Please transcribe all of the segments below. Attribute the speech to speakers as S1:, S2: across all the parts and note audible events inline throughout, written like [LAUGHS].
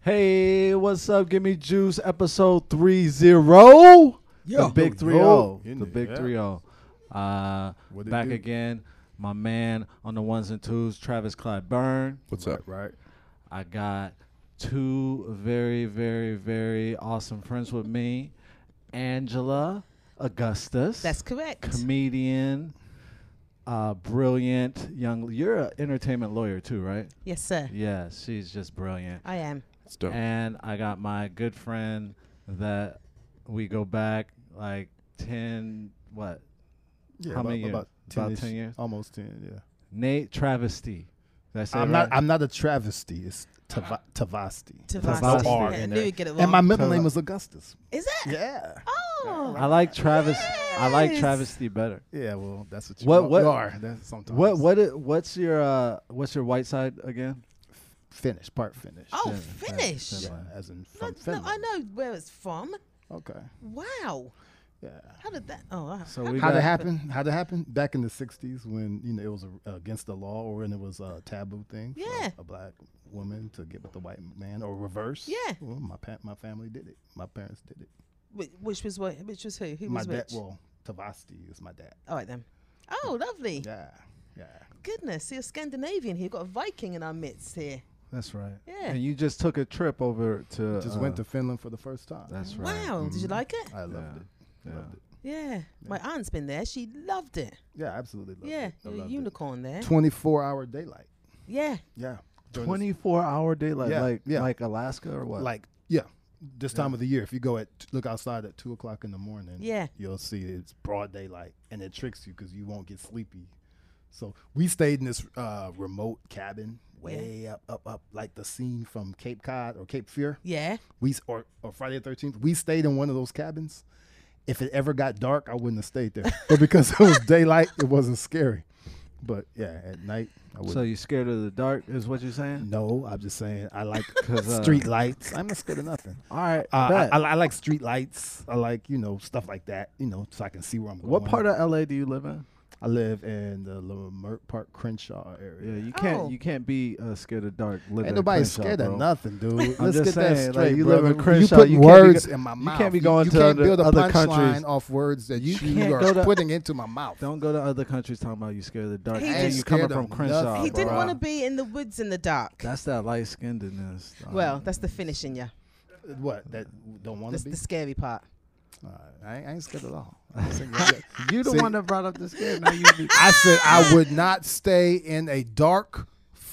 S1: Hey, what's up? Give me juice. Episode three zero.
S2: Yeah.
S1: the big three
S3: Yo.
S1: zero.
S3: In
S1: The
S3: it,
S1: big
S3: yeah.
S1: three zero. Uh,
S3: What it
S1: back
S3: do?
S1: again. My man on the ones and twos, Travis Clyde Byrne.
S2: What's up?
S3: Right.
S1: I got two very, very, very awesome friends with me, Angela Augustus.
S4: That's correct.
S1: comedian, uh, brilliant young. You're an entertainment lawyer too, right?
S4: yes, sir.
S1: Yeah, she's just brilliant.
S4: I am.
S2: It's dope.
S1: And I got my good friend that we go back like ten what?
S3: Yeah,
S1: How
S3: about,
S1: many years?
S3: About 10,
S1: About
S3: -ish,
S1: 10 years?
S3: Almost 10, yeah.
S1: Nate Travesty. That's it.
S3: I'm
S1: right? Uh,
S3: not I'm not a travesty. It's Tava- Tavasti.
S4: Tavasti.
S3: No R
S4: I
S3: in
S4: knew
S3: there.
S4: you'd get it
S3: And my
S4: wrong.
S3: middle name was Augustus.
S4: Is that?
S3: Yeah.
S4: Oh.
S1: I like Travis. I like
S4: Yes.
S1: Travesty better.
S3: Yeah, well, that's what you
S1: What-
S3: are.
S1: what-
S3: you are. That's sometimes.
S1: What what i- what's your uh what's your white side again?
S3: Finish, part finish.
S4: Oh,
S1: Yeah,
S4: Finnish.
S1: yeah,
S3: Yeah,
S1: Finland.
S3: as in
S4: No,
S3: from
S4: no,
S3: Finland.
S4: I know where it's from.
S3: Okay.
S4: Wow.
S3: Yeah.
S4: How did that? Oh, I-
S1: So
S4: how
S1: we
S4: did
S1: got-
S3: How'd it happen? How'd it happen? Back in the '60s, when you know it was uh, against the law, or when it was a taboo thing for
S4: Yeah.
S3: a black woman to get with the white man, or reverse.
S4: Yeah.
S3: Well, my pa- my family did it. My parents did it.
S4: whi- Which was what? Which was who? Who
S3: my
S4: was
S3: dad.
S4: which?
S3: Well, Tavasti is my dad.
S4: All right then. Oh, lovely.
S3: Yeah. Yeah.
S4: Goodness, you're Scandinavian here. You've got a Viking in our midst here.
S1: That's right.
S4: Yeah.
S1: And you just took a trip over to
S3: Just
S1: uh,
S3: went to Finland for the first time.
S1: That's right.
S4: Wow. Did
S3: Mm-hmm.
S4: you like it?
S3: I loved
S1: Yeah.
S3: it.
S1: Yeah.
S3: Loved it.
S4: yeah. My aunt's been there. She loved it.
S3: Yeah, absolutely loved
S4: yeah.
S3: it. I
S4: You're a
S3: loved
S4: unicorn there.
S3: it. 24 hour daylight.
S4: yeah.
S3: Yeah. During this-
S1: 24 hour daylight,
S3: Yeah,
S1: like
S3: yeah.
S1: like Alaska or what?
S3: like yeah this time of the year if you go at look outside at two o'clock in the morning
S4: Yeah.
S3: you'll see it's broad daylight and it tricks you because you won't get sleepy so we stayed in this uh, remote cabin way up up up like the scene from cape cod or cape fear
S4: Yeah.
S3: we s- or, or friday the 13th we stayed in one of those cabins if it ever got dark i wouldn't have stayed there but because
S1: [LAUGHS]
S3: it was daylight it wasn't scary but yeah at night i would
S1: so you scared of the dark is what you're saying?
S3: no i'm just saying i like
S1: [LAUGHS] 'Cause, uh,
S3: street lights i'm not scared of nothing
S1: All right.
S3: uh,
S1: bet.
S3: I, I, I like street lights. I like you know stuff like that. You know, so I can see where I'm going.
S1: what part of LA do you live in?
S3: I live in the Lamert Park Crenshaw area.
S1: Yeah, you can't
S4: Oh.
S1: you can't be uh, scared of dark living.
S3: Ain't
S1: in
S3: nobody
S1: Crenshaw,
S3: scared
S1: bro.
S3: of nothing, dude. Let's
S1: just
S3: get that
S1: saying, like,
S3: straight,
S1: you live
S3: brother.
S1: in Crenshaw,
S3: You put
S1: you can't be
S3: words
S1: go-
S3: in my
S1: you
S3: mouth.
S1: can't be going
S3: you
S1: to
S3: can't
S1: other-
S3: build a
S1: other
S3: punchline
S1: countries.
S3: off words that you,
S1: can't
S3: are
S1: go to-
S3: putting into my mouth.
S1: Don't go to other countries talking about you scared of the dark.
S4: He
S1: and
S4: just-
S1: you coming
S3: scared
S1: from
S3: of
S1: Crenshaw.
S3: nothing.
S4: he didn't
S1: bro.
S4: want to be in the woods in the dark.
S1: That's that light skinnedness. dog.
S4: well, that's the finish in you.
S3: What? That don't want
S4: That's
S3: to be.
S4: the scary part.
S3: Uh, I, ain't- I ain't scared at
S1: [LAUGHS]
S3: all.
S1: you the
S3: See-
S1: one that brought up the skin. Now you be-
S3: I said
S1: Ah!
S3: I would not stay in a dark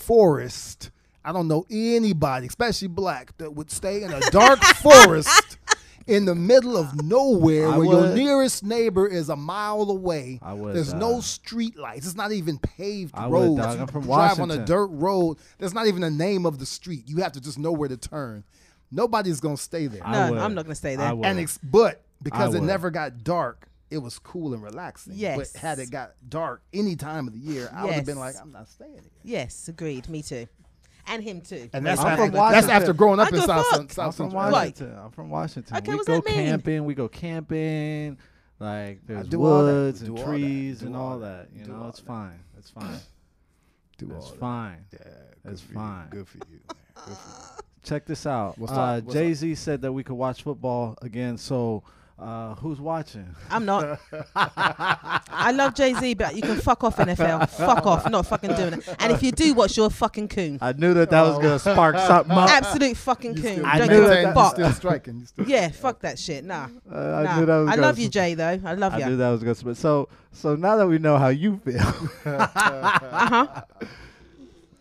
S3: forest. I don't know anybody, especially black, that would stay in a
S1: [LAUGHS]
S3: dark forest in the middle of nowhere
S1: I
S3: where
S1: would.
S3: your nearest neighbor is a mile away.
S1: I would,
S3: There's no
S1: dog.
S3: street lights. It's not even paved
S1: I would,
S3: roads.
S1: dog.
S3: You
S1: I'm from
S3: drive on
S1: Washington.
S3: a dirt road. There's not even a name of the street. You have to just know where to turn. Nobody's gonna stay there.
S1: [LAUGHS] I
S4: No,
S1: would.
S4: I'm not going to stay
S1: I
S4: there.
S1: would.
S3: And ex- but because
S1: I
S3: it
S1: would.
S3: never got dark, it was cool and relaxing.
S4: Yes.
S3: But had it got dark any time of the year, I would have been
S4: Yes.
S3: like, I'm not staying here.
S4: Yes, agreed. Me too. And him too.
S3: And that's,
S1: I'm
S3: after,
S1: from
S3: that's
S1: Washington.
S3: after growing up
S4: I
S3: in
S4: give
S3: South,
S4: fuck.
S3: South,
S1: I'm
S3: South
S1: from
S3: Central.
S4: Right.
S1: Washington. I'm from Washington.
S4: Okay,
S1: we
S4: what's
S1: go
S4: that mean?
S1: camping. We go camping. Like there's
S3: do all that.
S1: woods
S3: Do
S1: and
S3: all that.
S1: trees
S3: Do
S1: and
S3: all
S1: all that.
S3: that.
S1: You
S3: Do
S1: know,
S3: all
S1: it's
S3: that.
S1: fine. It's fine.
S3: Do
S1: It's
S3: all that.
S1: fine.
S3: Yeah, good
S1: It's
S3: for
S1: fine.
S3: You. Good for you. man. Good for you.
S1: Check this out.
S3: What's
S1: uh,
S3: up? What's up?
S1: Jay Z said that we could watch football again. So, uh, who's watching?
S4: I'm not. I love Jay Z, but you can fuck off NFL. fuck off. Not fucking doing it. And if you do, watch your fucking coon.
S1: [LAUGHS] I knew that that was gonna [LAUGHS] spark something up.
S4: Absolute fucking
S3: You
S4: coon.
S3: still,
S1: I
S4: Don't
S1: knew
S4: give
S1: that-
S4: a
S3: maintain- you
S4: fuck.
S3: still striking. You [LAUGHS] still
S4: Yeah, fuck that shit. Nah.
S1: Uh,
S4: nah.
S1: I knew that was.
S4: I
S1: gonna
S4: love you, Jay. Though I love
S1: I
S4: you.
S1: knew that was gonna spark. So, so now that we know how you feel,
S4: Uh huh.
S1: [LAUGHS]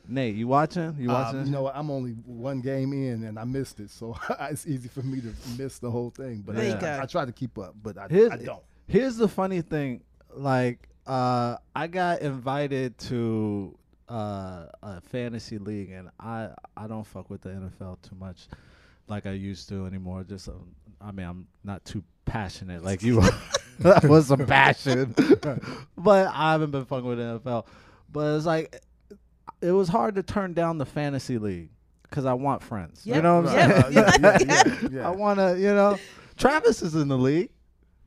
S1: Nate, you watching? You
S3: Um,
S1: watching?
S3: you know, what? I'm only one game in and I missed it, so [LAUGHS] it's easy for me to miss the whole thing. But
S4: There you
S3: I,
S4: go.
S3: I try to keep up, but I,
S1: Here's-
S3: I don't.
S1: Here's the funny thing. Like, uh, I got invited to uh, a fantasy league, and I I don't fuck with the NFL too much, like I used to anymore. Just um, I mean, I'm not too passionate like you are. [LAUGHS] that was some passion, [LAUGHS] but I haven't been fucking with the NFL. But it's like it was hard to turn down the fantasy league because I want friends. You
S3: Um,
S1: [LAUGHS]
S4: Yep.
S1: know what I'm
S4: Yep.
S1: saying?
S3: [LAUGHS] Uh, yeah, yeah, yeah, yeah.
S1: I want to, you know. Travis is in the league.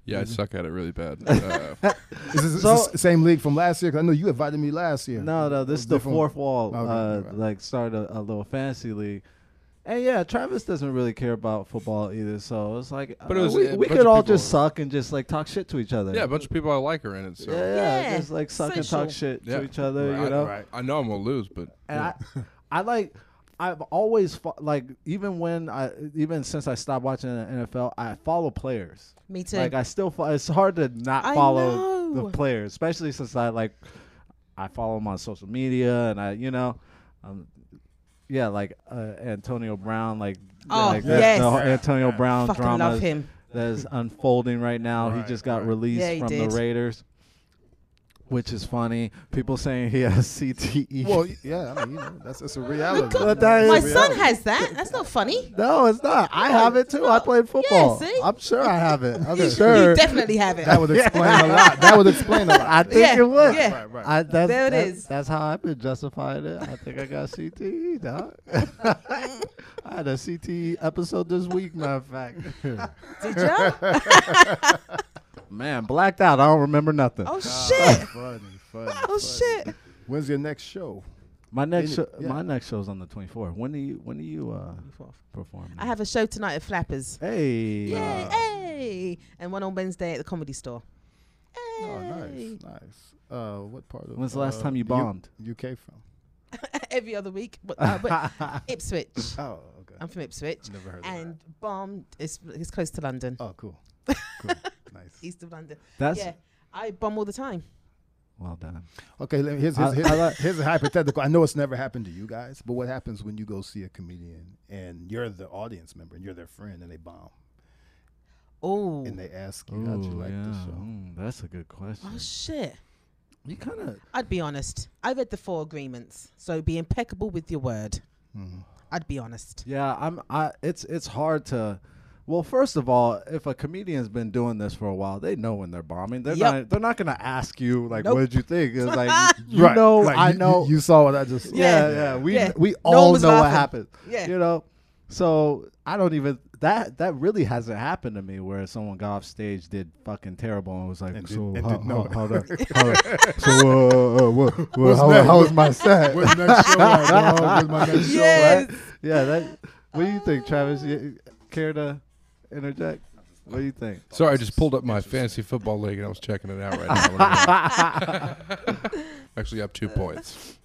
S2: Yeah, I suck at it really bad.
S1: [LAUGHS]
S2: Uh,
S3: Is this, is
S1: So-
S3: this the same league from last year? 'Cause I know you invited me last year.
S1: No, no, this is the
S3: different-
S1: fourth wall.
S3: Okay,
S1: uh,
S3: right.
S1: Like started a, a little fantasy league, and yeah, Travis doesn't really care about football either. So it's like,
S2: But
S1: uh,
S2: it was
S1: we,
S2: a
S1: we
S2: bunch
S1: could
S2: of
S1: all
S2: people.
S1: just suck and just like talk shit to each other.
S2: yeah, a bunch of people I like are in it. So
S1: yeah, yeah,
S4: Yeah,
S1: just like suck and
S4: social.
S1: talk shit
S2: Yeah.
S1: to each other.
S2: I,
S1: you know,
S3: right.
S2: I know I'm gonna lose, but
S1: and
S3: [LAUGHS]
S1: I, I like. I've always fo- like even when I even since I stopped watching the NFL, I follow players.
S4: Me too.
S1: Like I still fo- it's hard to not
S4: I
S1: follow
S4: know.
S1: the players, especially since I like I follow them on social media and I you know, um, yeah, like uh, Antonio Brown, like
S4: Oh,
S1: like
S4: yes.
S1: the whole Antonio Brown
S4: Fucking
S1: drama
S4: love him.
S1: that is unfolding right now. he
S3: Right,
S1: just got
S3: right.
S1: released
S4: Yeah, he
S1: from
S4: did.
S1: the Raiders. Which is funny. People saying he has E. [LAUGHS] CTE.
S3: Well, yeah, I mean, you know, that's, that's a reality.
S1: But that
S4: My
S1: is
S4: son
S1: reality.
S4: has that. That's not funny.
S1: No, it's not. I have it too. I played football.
S4: see?
S1: I'm sure I have it. I'm
S4: You,
S1: sure.
S4: you definitely have it.
S3: That would explain a lot. That would explain a lot.
S1: I think
S4: Yeah,
S1: it would.
S4: [LAUGHS] yeah.
S3: Right, right.
S1: I, that's,
S4: There it
S1: that's-
S4: is.
S1: That's how I've been justifying it. I think I got CTE, dog. [LAUGHS] I had a CTE episode this week, matter of [LAUGHS] fact.
S4: Did you?
S1: Man, blacked out. I don't remember nothing. [LAUGHS]
S4: Oh shit!
S3: funny, funny.
S4: Oh shit!
S3: When's your next show?
S1: my next
S3: Didn't-
S1: show,
S3: yeah.
S1: my next show's on the 24th. When do you when do you uh, perform?
S4: I have a show tonight at Flappers.
S1: Hey. uh,
S4: Yay!
S3: uh,
S4: Hey! And one on Wednesday at the Comedy Store. Hey.
S3: Oh, nice, nice. Uh, what part of?
S1: When's the last
S3: uh,
S1: time you
S3: U-
S1: bombed?
S3: UK from?
S4: [LAUGHS] Every other week, but, uh, but
S3: [LAUGHS]
S4: Ipswich.
S3: Oh, okay.
S4: I'm from Ipswich,
S3: Never heard of
S4: and bombed. It's it's close to London,
S3: that. Oh,
S4: [LAUGHS]
S3: cool. cool. Nice.
S4: east of London.
S1: That's
S4: yeah, I bomb all the time.
S1: well done.
S3: Okay, let me- here's
S1: I-
S3: here's, here's,
S1: I like-
S3: here's a hypothetical. I know it's never happened to you guys, but what happens when you go see a comedian and you're the audience member and you're their friend and they bomb
S4: Oh,
S3: and they ask you how'd you
S1: Ooh,
S3: like the
S1: yeah.
S3: show?
S1: Mm, that's a good question.
S4: oh shit!
S1: You kind of
S4: I'd be honest. I read the four agreements, so be impeccable with your word.
S3: Mhm.
S4: I'd be honest.
S1: Yeah, I'm. I it's it's hard to. Well, first of all, if a comedian's been doing this for a while, they know when they're bombing. They're
S4: Yep.
S1: not. They're not gonna ask you like,
S4: Nope.
S1: "What did you think?" It's
S4: [LAUGHS]
S1: like you know,
S3: like,
S1: I
S3: you-
S1: know.
S3: You, you saw what I just. saw.
S1: yeah, yeah,
S4: Yeah.
S1: We
S4: Yeah.
S1: we
S4: No one
S1: all
S4: was
S1: know what
S4: laughing.
S1: happened.
S4: Yeah.
S1: you know. So I don't even that that really hasn't happened to me where someone got off stage did fucking terrible and was like,
S3: And did-
S1: "So
S3: and
S1: how,
S3: didn't know
S1: how,
S3: it." [LAUGHS]
S1: how the- how the- so uh, uh, what, what,
S3: What's
S1: how,
S3: next?
S1: how was my
S2: [LAUGHS]
S1: set?"
S3: [LAUGHS] Where's
S1: [LAUGHS]
S3: next show? at, dog? Where's [LAUGHS] my next show at?
S4: Yes. Ah.
S1: Yeah, that. What do you think, Travis? You care to interject? What do you think?
S2: sorry, I just pulled up my fantasy football league and I was checking it out right
S1: [LAUGHS]
S2: now. [LAUGHS] Actually, up two points.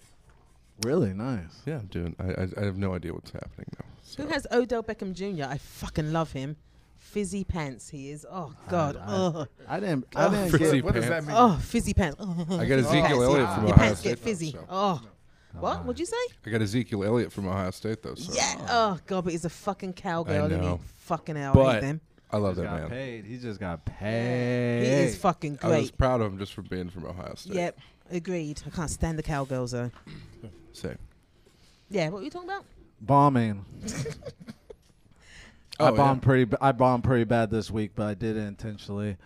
S1: Really nice.
S2: Yeah, dude, I, I, I have no idea what's happening now. So.
S4: Who has Odell Beckham Jr.? I fucking love him. Fizzy pants, he is. Oh god. Ugh.
S1: I didn't. I didn't
S2: Frizzy
S1: get.
S3: What does that
S2: pants.
S3: mean?
S4: Oh, fizzy pants. [LAUGHS]
S2: I
S1: [LAUGHS]
S2: got
S4: Fizzy
S2: Ezekiel
S4: pants.
S2: Elliott from
S4: Your
S2: Ohio
S4: pants get
S2: State,
S4: fizzy.
S2: so-
S4: Oh. What? What'd you say?
S2: I got Ezekiel Elliott from Ohio State though. So.
S4: Yeah. Oh god, but he's a fucking cowgirl. isn't he?
S2: know.
S4: Fucking hell, I hate
S2: but
S4: them.
S2: I love that
S1: got
S2: man.
S1: paid. He just got
S4: He
S1: paid.
S4: is fucking
S2: I was
S4: great.
S2: proud of him just for being from Ohio State.
S4: Yep. Agreed. I can't stand the cowgirls though.
S2: Same.
S4: Yeah. What were you talking about?
S1: Bombing. I
S2: Oh, yeah.
S1: bombed pretty. b- I bombed pretty bad this week, but I did it intentionally.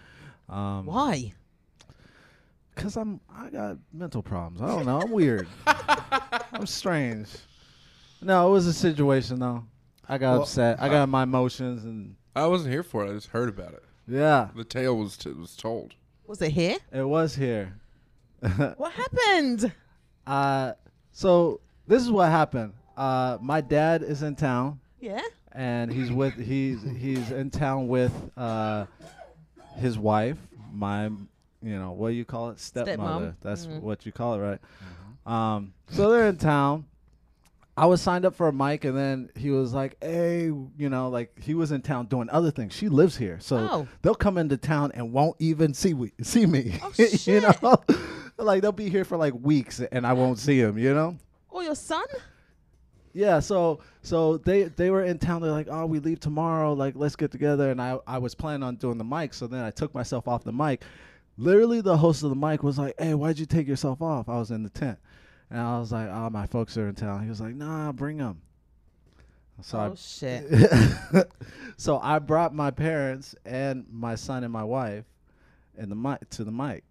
S1: Um,
S4: Why?
S1: Cause I'm. I got mental problems. I don't know. I'm [LAUGHS] weird. I'm strange. No, it was a situation though. I got
S3: Well,
S1: upset.
S2: uh,
S1: I got my emotions and
S2: I wasn't here for it. I just heard about it.
S1: yeah.
S2: The tale was t- was told.
S4: Was it here?
S1: It was
S2: [LAUGHS]
S1: here.
S4: What happened?
S1: Uh, so this is what happened. Uh, my dad is in town,
S4: Yeah.
S1: and he's with he's he's in town with uh, his wife, my you know what do you call it stepmother.
S4: Stepmom. Mm-hmm.
S1: That's what you call it, right? Um, so they're in town. I was signed up for a mic, and then he was like, "Hey, you know, like he was in town doing other things. She lives here, so
S4: Oh.
S1: they'll come into town and won't even see we see me. [LAUGHS] you
S4: Oh, shit.
S1: know, like they'll be here for like weeks, and I won't see him. You know."
S4: Or Oh, your son?
S1: Yeah, so so they they were in town. They're like, "Oh, we leave tomorrow. Like, let's get together." And I I was planning on doing the mic, so then I took myself off the mic. Literally, the host of the mic was like, "Hey, why'd you take yourself off?" I was in the tent, and I was like, "Oh, my folks are in town." He was like, "Nah, bring them." So I [LAUGHS]
S4: oh shit.
S2: [LAUGHS]
S1: so I brought my parents and my son and my wife, and the mic to the mic.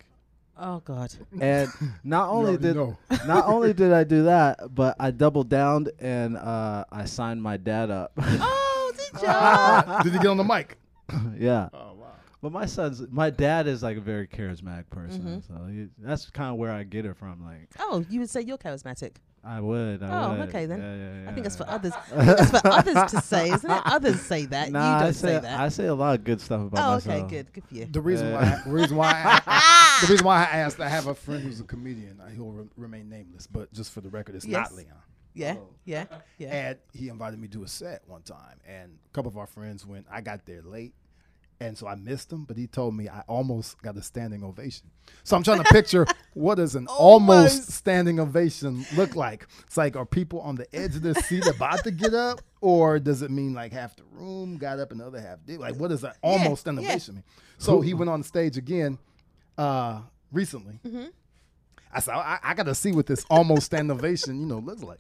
S4: Oh
S2: [LAUGHS]
S4: god. [LAUGHS]
S1: And not only
S3: already
S1: did [LAUGHS]
S3: know.
S1: not only did I do that, but I doubled down and uh, I signed my dad up. [LAUGHS]
S4: Oh, did you?
S3: Did he get on the mic?
S1: yeah.
S3: Oh wow.
S1: But my son's, my dad is like a very charismatic
S4: Mm-hmm.
S1: person, so he, that's kind of where I get it from. Like
S4: Oh, you would say you're charismatic.
S1: I would. I
S4: Oh,
S1: would.
S4: okay then.
S1: Yeah, yeah,
S4: I think it's
S1: yeah.
S4: for others. I think it's for others to say, isn't
S2: [LAUGHS]
S4: it? Others say that.
S1: Nah,
S4: you
S1: I
S4: don't
S1: say,
S4: say that.
S1: I say a lot of good stuff about
S4: oh,
S1: myself.
S4: okay, good. Good for you.
S3: The reason
S1: Yeah.
S3: why, I, reason why, I, I- the reason why I asked, I have a friend who's a comedian. uh, He'll re- remain nameless, but just for the record, it's
S4: Yes.
S3: not Leon.
S4: Yeah, yeah, yeah.
S3: And he invited me to a set one time, and a couple of our friends went. I got there late, and so I missed him. But he told me I almost got a standing ovation. So I'm trying to
S4: [LAUGHS]
S3: picture what does an
S4: Oh
S3: almost. standing ovation look like. It's like are people on the edge of their seat about to get up, or does it mean like half the room got up and the other half did? Like what does an almost standing
S4: yeah.
S3: ovation mean? So he went on stage again uh, recently.
S4: Mm-hmm.
S3: I said I, I got to see what this almost standing ovation you know looks like.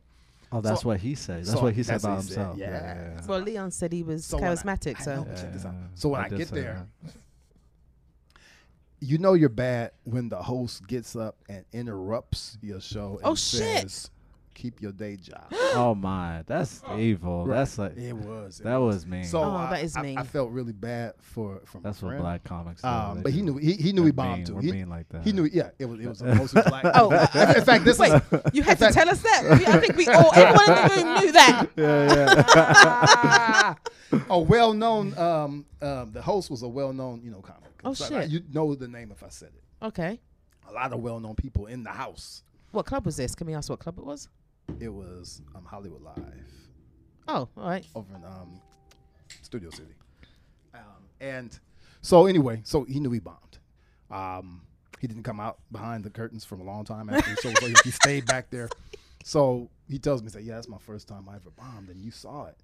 S1: Oh, that's what he says. That's
S3: so
S1: what he said
S3: that's what
S1: about
S3: he said,
S1: himself.
S3: yeah.
S1: yeah.
S4: Well, Leon said he was
S3: when I-
S4: charismatic,
S3: I know,
S4: so
S3: but check this out.
S1: Yeah,
S3: So when
S1: I
S3: I,
S1: did
S3: get
S1: say
S3: there, you know you're bad when the host gets up and interrupts your show. And
S4: Oh, shit.
S3: Says, Keep your day
S4: [GASPS]
S3: job.
S1: oh my, that's evil. That's like
S3: it was. it
S1: that was mean.
S3: So
S4: Oh,
S3: I-
S4: that is
S3: I, I,
S4: mean.
S3: felt really bad for for my
S1: that's what
S3: friend.
S1: black comics. do.
S3: Um,
S1: They
S3: but he
S1: do.
S3: knew he, he knew
S1: They're
S3: he bombed
S1: mean.
S3: too.
S1: We're
S3: he,
S1: mean like that.
S3: he knew yeah it was it was
S1: [LAUGHS]
S3: mostly black.
S4: Oh.
S3: in, [LAUGHS] in fact this
S4: Wait,
S3: is
S4: you had to tell us that. We- I think we all, everyone in the room
S3: [LAUGHS]
S4: knew that.
S3: a well known um, um, the host was a well known you know comic.
S4: Oh,
S3: So I-
S4: shit.
S3: you know the name if I said it.
S4: Okay.
S3: A lot of well known people in the house.
S4: What club was this? Can we ask what club it was?
S3: It was um, Hollywood Live.
S4: Oh, all right.
S3: over in um, Studio City. Um, and so anyway, so he knew he bombed. Um, he didn't come out behind the curtains for a long time after the show. was over. he stayed back there. So he tells me, "Say, yeah, that's my first time I ever bombed, and you saw it."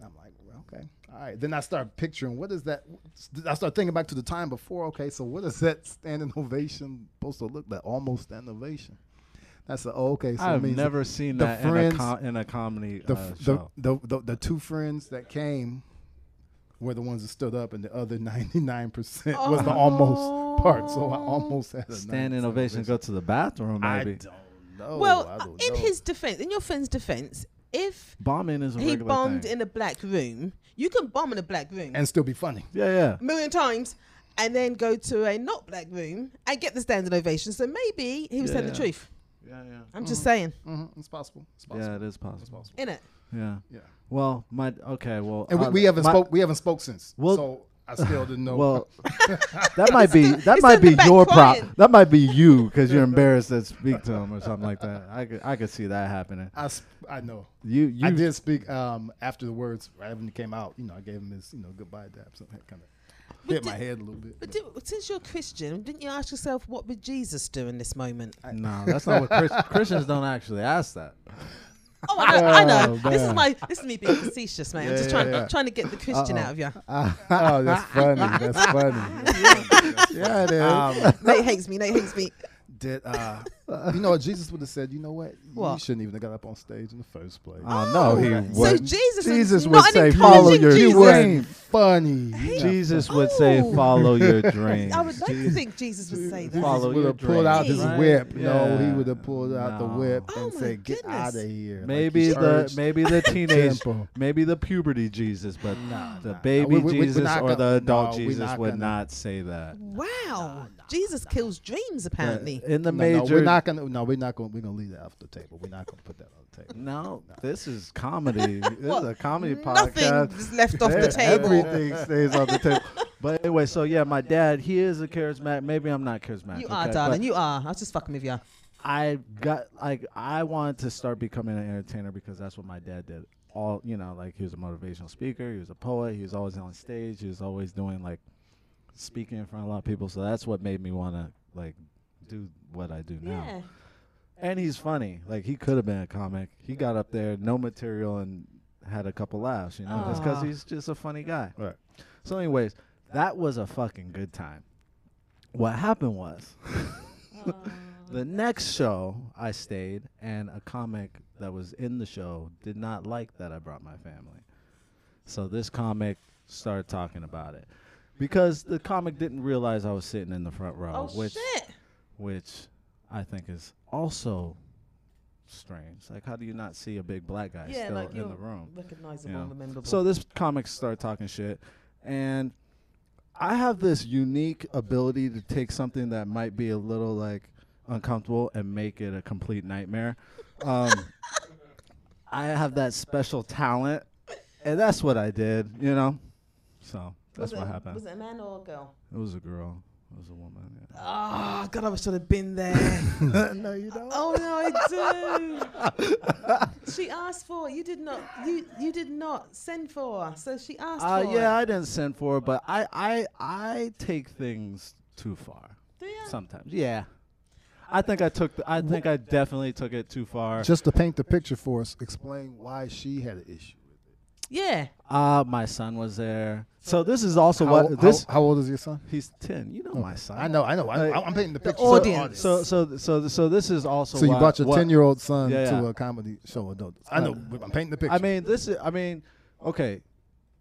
S3: And I'm like, well, okay, all right. Then I start picturing what is that? I start thinking back to the time before. Okay, so what is that standing ovation supposed to look like? Almost standing ovation. That's a oh, okay. So it
S1: I've
S3: means-
S1: never seen
S3: the
S1: that
S3: friends-
S1: in, a com- in a comedy
S3: the,
S1: uh,
S3: f the,
S1: show.
S3: the, the the two friends that came were the ones that stood up, and the other [LAUGHS] ninety nine percent was the almost part. So I almost had a
S1: Standing
S3: 90%
S1: ovation. Go to the bathroom,
S3: Oh. I
S1: maybe.
S3: don't know.
S4: well,
S3: Oh,
S4: uh,
S3: I don't
S4: in
S3: know.
S4: his defense, in your friend's defense, if
S1: Bombing is a
S4: he
S1: regular
S4: bombed
S1: thing.
S4: in a black room, you can bomb in a black room
S3: and still be funny.
S1: yeah, yeah.
S4: a million times and then go to a not black room and get the standing ovation. So maybe he was telling the
S1: Yeah.
S4: truth.
S1: Yeah, yeah.
S4: I'm just saying,
S3: hmm It's possible. It's possible.
S1: Yeah, it is possible.
S3: possible.
S4: in it.
S1: Yeah.
S3: Yeah.
S1: Well, my okay. Well,
S3: And we,
S1: uh,
S3: we haven't
S1: my-
S3: spoke. We haven't spoke since.
S1: Well-
S3: so I still didn't
S1: [LAUGHS]
S3: know.
S1: Well, that might be that
S4: he's
S1: might
S4: in the
S1: be
S4: back
S1: your
S4: crying.
S1: prop. That might be you because [LAUGHS] you're embarrassed to speak to him or something like that. I could I could see that happening.
S3: [LAUGHS] I, sp- I know.
S1: You you
S3: I did speak um, after the words right when he came out. You know, I gave him his you know goodbye dab. So that kind of hit my
S4: did-
S3: head a little bit.
S4: But do, since you're Christian, didn't you ask yourself, what would Jesus do in
S1: [LAUGHS]
S4: this moment?
S1: No, that's not what Chris, Christians don't actually ask that.
S4: Oh, I know. I know.
S1: Oh,
S4: This is
S1: man.
S4: my. This is me being facetious, mate. I'm just trying,
S1: yeah, yeah.
S4: trying to get the Christian out of you.
S3: oh, that's
S4: [LAUGHS]
S3: funny. That's funny.
S1: Yeah, it is.
S3: Um,
S4: Nate hates me. Nate hates me.
S3: Did uh,
S1: [LAUGHS]
S3: you know what Jesus would have said? You know what? You
S4: What?
S3: shouldn't even have got up on stage in the first place.
S1: oh no, he
S4: [LAUGHS] So
S1: wouldn't.
S4: Jesus,
S1: Jesus
S4: is
S1: would
S4: not
S1: say,
S4: an
S1: "Follow
S4: encouraging
S1: your
S4: Jesus.
S3: You
S1: dream."
S3: ain't funny.
S1: Jesus would say,
S4: Oh.
S1: "Follow your dream."
S4: [LAUGHS] I would like to think Jesus would say that.
S1: Follow
S3: would
S1: your
S3: have
S1: dream.
S3: pulled out his
S1: Right?
S3: whip. No, he
S1: Yeah.
S3: would have pulled out the
S1: No.
S3: whip
S4: Oh
S3: and
S4: my
S3: said, "Get
S4: goodness.
S3: out of here." like
S1: Maybe
S3: you
S1: the [LAUGHS]
S3: urged.
S1: maybe the teenage,
S3: temple.
S1: maybe the puberty Jesus, but the
S3: nah.
S1: baby
S3: We- we- we're
S1: Jesus
S3: not
S1: or
S3: gonna-
S1: the adult
S3: no, we're
S1: Jesus
S3: not
S1: would
S3: gonna.
S1: not say that. Uh,
S4: Wow, Jesus kills dreams. Apparently,
S1: In the
S3: no,
S1: major,
S3: no, we're not gonna. No, we're not gonna. We're gonna leave that off the table. We're not gonna put that on the table.
S1: No, this is
S3: [LAUGHS]
S1: comedy. this is a comedy
S4: nothing
S1: podcast.
S4: is left off the table.
S1: Everything stays on the table.
S3: [LAUGHS]
S1: But anyway, so yeah, my dad, he is a charismatic. Maybe I'm not charismatic.
S4: You are,
S1: okay?
S4: darling.
S1: But
S4: You are. I was just fucking with you.
S1: I got like I wanted to start becoming an entertainer because that's what my dad did. All you know, like he was a motivational speaker. He was a poet. He was always on stage. He was always doing like speaking in front of a lot of people. So that's what made me want to like do what I do now.
S4: Yeah.
S1: And he's funny. Like he could have been a comic. He got up there, no material, and had a couple laughs. You know, just because
S4: Aw.
S1: he's just a funny guy.
S3: Right.
S1: So, anyways, that was a fucking good time. What happened was, [LAUGHS] the next show I stayed, and a comic that was in the show did not like that I brought my family. So this comic started talking about it because the comic didn't realize I was sitting in the front row,
S4: Oh
S1: which
S4: shit!
S1: which I think is also strange. Like, how do you not see a big black guy
S4: Yeah,
S1: still
S4: like
S1: in the
S4: you're
S1: room?
S4: recognizable,
S1: Yeah.
S4: and rememberable.
S1: So this comic started talking shit, and I have this unique ability to take something that might be a little like uncomfortable and make it a complete nightmare. Um,
S4: [LAUGHS]
S1: I have that special talent, and that's what I did, you know. So that's
S4: was
S1: what
S4: it,
S1: happened.
S4: Was it a man or a girl?
S1: it was a girl. It was a woman. Yeah.
S4: Oh, God, I wish I'd have
S1: [LAUGHS]
S4: been there.
S3: no, you don't.
S4: oh, no, I do. she asked for it. You did not. You you did not send for her. So she asked
S1: Uh,
S4: for
S1: yeah,
S4: it.
S1: I didn't send for it, but I, I, I take things too far
S4: Do you?
S1: sometimes. Yeah, I think I took. The, I think I definitely took it too far.
S3: Just to paint the picture for us, explain why she had an issue.
S4: yeah.
S1: Uh, my son was there, so this is also
S3: How,
S1: what this.
S3: how, how old is your son?
S1: he's ten. You know my son.
S3: I know, I know. I,
S1: Like,
S3: I'm painting the picture.
S1: So-
S3: for
S4: audience.
S1: So, so, so, so this is also.
S3: So, you
S1: why-
S3: brought your
S1: what-
S3: ten-year-old son
S1: Yeah,
S3: to
S1: yeah.
S3: a comedy show. Adult. I know. but I'm painting the picture.
S1: I mean, this is. I mean, okay.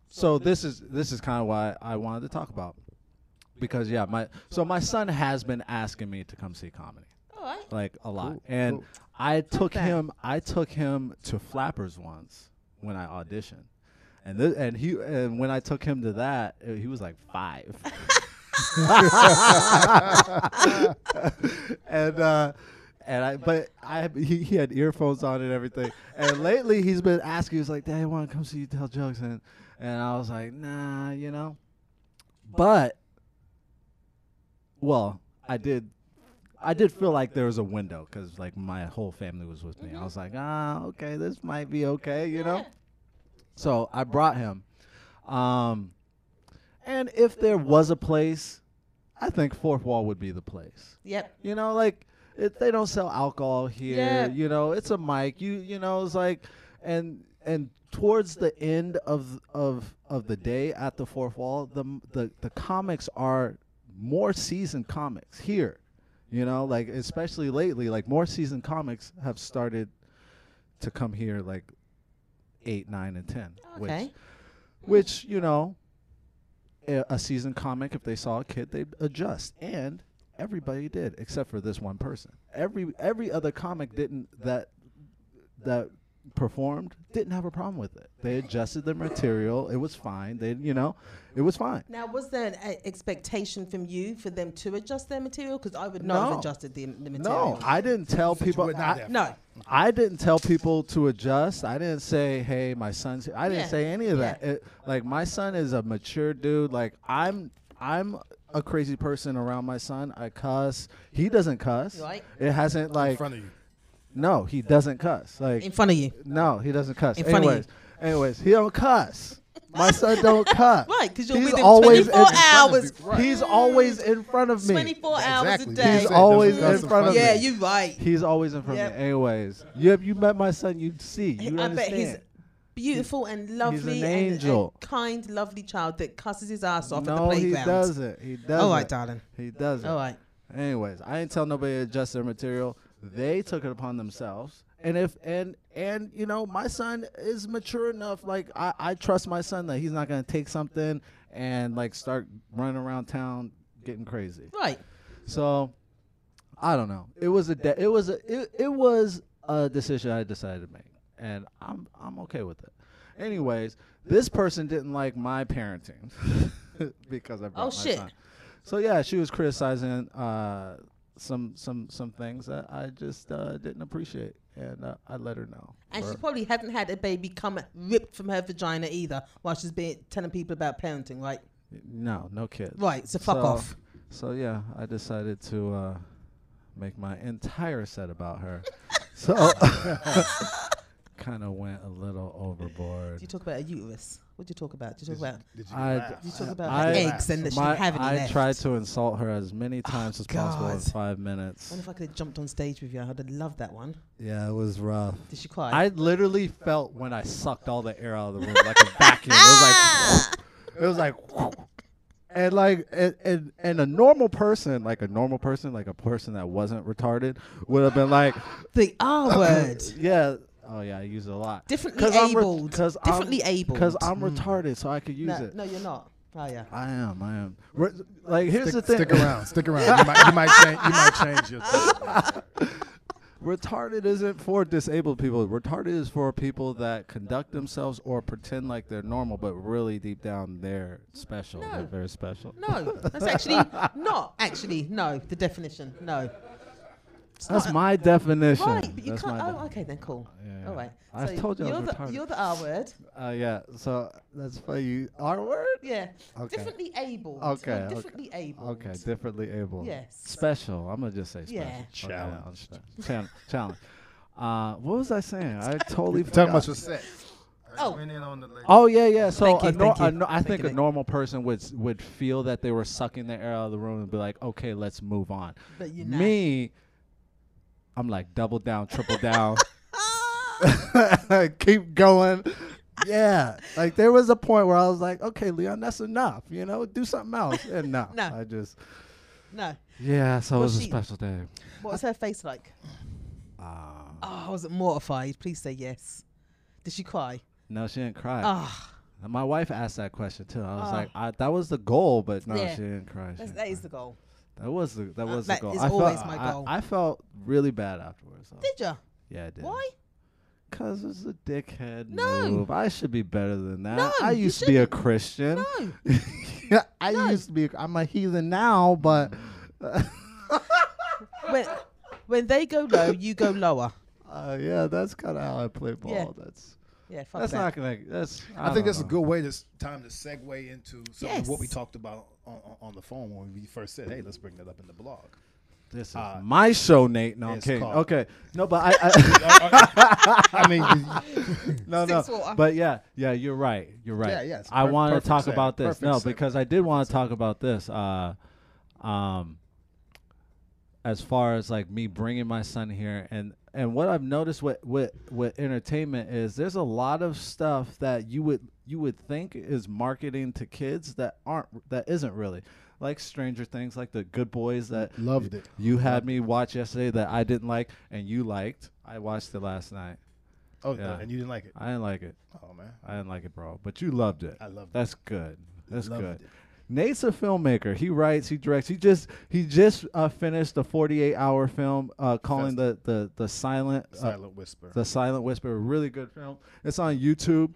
S1: So this is this is kind of why I wanted to talk about, because yeah, my so my son has been asking me to come see comedy.
S4: All right.
S1: like a lot.
S3: Cool,
S1: and
S3: cool.
S1: I took
S4: that.
S1: him. I took him to Flappers once when I auditioned, and th- and he and when I took him to that, uh, he was like five. [LAUGHS] and uh, and I but I he, he had earphones on and everything. And lately he's been asking. He was like, "Dad, I want to come see you tell jokes," and and I was like, "Nah, you know." But well, I did I did feel like there was a window because like my whole family was with me. I was like, ah, okay, this might be okay, you know. So I brought him, um, and if there was a place, I think Fourth Wall would be the place.
S4: Yep.
S1: You know, like it, they don't sell alcohol here.
S4: Yeah.
S1: You know, it's a mic. You you know, it's like, and and towards the end of of of the day at the fourth wall, the the the comics are more seasoned comics here. You know, like especially lately, like more seasoned comics have started to come here, like eight, nine, and ten. Which
S4: Okay.
S1: which you know a a seasoned comic if they saw a kid they'd adjust and everybody did except for this one person every every other comic didn't that that performed didn't have a problem with it they adjusted their material it was fine they you know it was fine
S4: Now, was there an uh, expectation from you for them to adjust their material? Because I would not
S1: No.
S4: have adjusted the, the material.
S1: no i didn't tell people
S3: would not
S1: I-
S3: have.
S4: No.
S1: I didn't tell people to adjust. I didn't say, "Hey, my son's." Here. I didn't
S4: Yeah.
S1: say any of that.
S4: Yeah.
S1: It, like my son is a mature dude. Like I'm, I'm a crazy person around my son. I cuss. He doesn't cuss.
S4: Right.
S1: It hasn't like.
S3: in front of you.
S1: No, he doesn't cuss. Like
S4: In front of you.
S1: no, he doesn't cuss.
S4: In front of you.
S1: anyways, anyways, he don't cuss. My son
S4: [LAUGHS]
S1: don't cuss.
S4: Right, because you're
S1: He's
S4: with him
S1: always
S4: 24
S1: in
S3: front of
S4: hours.
S3: you, right.
S1: [LAUGHS] He's always in front of me.
S4: 24 hours a
S3: Exactly.
S4: day.
S1: He's always
S3: Doesn't
S1: in front of
S4: yeah,
S1: me.
S4: you're right.
S1: He's always in front
S4: Yep.
S1: of me. Anyways, you have you met my son? You'd see.
S4: I
S1: You
S4: bet
S1: understand.
S4: he's beautiful and lovely and- and,
S1: angel.
S4: kind, lovely child that cusses his ass off
S1: no,
S4: at the
S1: he
S4: playground.
S1: doesn't. He doesn't.
S4: All right, darling.
S1: He doesn't.
S4: All right.
S1: Anyways, I didn't tell nobody to adjust their material. They took it upon themselves. And if and and you know, my son is mature enough. Like I, I trust my son that he's not gonna take something and like start running around town getting crazy.
S4: Right.
S1: So I don't know. It was a de- it was a it, it was a decision I decided to make, and I'm I'm okay with it. Anyways, this person didn't like my parenting [LAUGHS] because I brought
S4: Oh,
S1: my
S4: shit.
S1: son. So yeah, she was criticizing uh, some some some things that I just uh, didn't appreciate, and uh, I let her know.
S4: And she probably hadn't had a baby come ripped from her vagina either while she's been telling people about parenting, right?
S1: No, no kids.
S4: Right, so fuck off.
S1: So yeah, I decided to uh, make my entire set about
S4: [LAUGHS]
S1: her. so [LAUGHS] kind of went a little
S4: Did you
S1: overboard.
S4: talk about a uterus? What did you talk about? Did you talk about,
S3: Did you
S1: I-
S3: laugh?
S4: did you talk about
S1: I-
S4: her
S1: I-
S4: eggs and that she didn't
S1: My-
S4: have any
S1: I
S4: left?
S1: tried to insult her as many times as possible in
S4: Oh, God.
S1: five
S4: I wonder
S1: minutes.
S4: if I could have jumped on stage with you. I'd have loved that one.
S1: Yeah, it was rough.
S4: Did she cry?
S1: I literally felt when I sucked all the air out of the room like
S4: [LAUGHS]
S1: a vacuum. It was like, it was like, and like, and, and and a normal person, like a normal person, like a person that wasn't retarded, would have been
S4: [LAUGHS]
S1: like,
S4: the
S1: [COUGHS]
S4: R word.
S1: yeah, oh yeah, I use it a lot.
S4: Differently
S1: 'Cause I'm re-
S4: abled.
S1: 'cause I'm-
S4: Differently abled. Hmm.
S1: Cause I'm retarded, so I could use
S4: no,
S1: it.
S4: no, you're not. Oh, yeah.
S1: I am. I am. Re- like, here's
S3: Stick,
S1: the thing.
S4: [LAUGHS]
S3: stick around. Stick around. You might, you might change. You might change your.
S1: retarded isn't for disabled people. Retarded is for people that conduct themselves or pretend like they're normal, but really deep down they're special. They're
S4: No.
S1: very special.
S4: No, that's actually
S1: [LAUGHS]
S4: not actually no. The definition, no. It's
S1: That's
S4: not-
S1: my definition.
S4: Right, but you
S1: That's
S4: can't.
S1: my
S4: Oh,
S1: de-
S4: okay, then cool.
S1: Yeah,
S4: All
S1: yeah.
S4: right.
S1: I told you I
S4: you're
S1: was
S4: the
S1: retarded.
S4: you're the R word.
S1: Uh, yeah. So that's for you. R word.
S4: Yeah.
S1: Okay.
S4: Differently able.
S1: Okay, okay.
S4: Differently able.
S1: Okay, differently able.
S4: Yes.
S1: Special. I'm gonna just say special.
S4: Yeah.
S1: Okay, I'll just- Challenge. Challenge. Uh, what was I saying? I totally
S3: Talking
S1: forgot.
S3: about your sex.
S4: Oh.
S3: Went in on the lady.
S1: Oh yeah, yeah. So
S4: Thank
S1: a
S4: you,
S1: nor-
S4: thank
S1: a
S4: you,
S1: nor- I
S4: thank
S1: think
S4: you,
S1: a
S4: thank-
S1: normal person would s- would feel that they were sucking the air out of the room and be like, okay, let's move on.
S4: But you're not.
S1: Me, I'm like double down, triple down.
S4: [LAUGHS] Ah!
S1: [LAUGHS] keep going. Yeah, like there was a point where I was like, okay, Leon, that's enough. You know, do something else. And no,
S4: [LAUGHS] No.
S1: I just
S4: no.
S1: yeah. So it
S4: Well,
S1: was a
S4: she-
S1: special day.
S4: What was her face like?
S1: [LAUGHS] Ah,
S4: Oh, I was mortified. Please say yes. Did she cry?
S1: no, she didn't cry.
S4: Ah,
S1: And My wife asked that question too. I was
S4: Oh.
S1: like, I, that was the goal, but no,
S4: Yeah.
S1: she didn't cry. She
S4: that's
S1: didn't
S4: that is
S1: cry.
S4: the goal.
S1: that was the that
S4: Uh,
S1: was
S4: that
S1: the goal.
S4: is
S1: I felt-
S4: always my
S1: I-
S4: goal.
S1: I, felt really bad afterwards. though.
S4: Did ya?
S1: yeah, I did.
S4: Why?
S1: Because it's a dickhead
S4: No.
S1: move. I should be better than that.
S4: No,
S1: I
S4: you
S1: used to be a Christian.
S4: No.
S1: Yeah, [LAUGHS] I
S4: No.
S1: used to be. a- I'm a heathen now, but
S4: when when they go low, you go lower.
S1: uh, yeah, that's kind of how I play ball.
S4: Yeah.
S1: That's
S4: Yeah, fuck
S1: that's
S4: that.
S1: not gonna. That's I,
S3: I, think
S1: don't
S3: that's a
S1: know.
S3: good way to s- time to segue into some of what we
S4: Yes.
S3: talked about on, on, on the phone when we first said, "Hey, let's bring that up in the blog."
S1: This is
S3: uh,
S1: my show, Nate. No, I'm
S3: it's
S1: kidding.
S3: called-
S1: Okay, no, but I.
S4: [LAUGHS]
S1: I
S3: I mean, you- [LAUGHS]
S1: no,
S4: Six
S1: no.
S4: water.
S1: But yeah, yeah, you're right. You're right.
S3: Yeah, yeah, it's
S1: I
S3: perf-
S1: want to
S3: perfect
S1: talk
S3: segue,
S1: about this.
S3: perfect
S1: No,
S3: segue,
S1: because I did want to talk about this. Uh, um, as far as like me bringing my son here, and and what I've noticed with with with entertainment is there's a lot of stuff that you would you would think is marketing to kids that aren't that isn't really. Like Stranger Things, like the Good Boys that
S3: Loved it.
S1: You had me watch yesterday that I didn't like, and you liked. I watched it last night.
S3: oh,
S1: Yeah.
S3: and you didn't like it.
S1: I didn't like it.
S3: Oh man,
S1: I didn't like it, bro. But you loved it.
S3: I loved it.
S1: That's good. That's
S3: Loved
S1: good.
S3: it.
S1: Nate's a filmmaker. He writes. He directs. He just he just uh, finished a 48 hour film uh, calling the the the silent uh,
S3: Silent Whisper.
S1: the silent whisper. A really good film. It's on YouTube.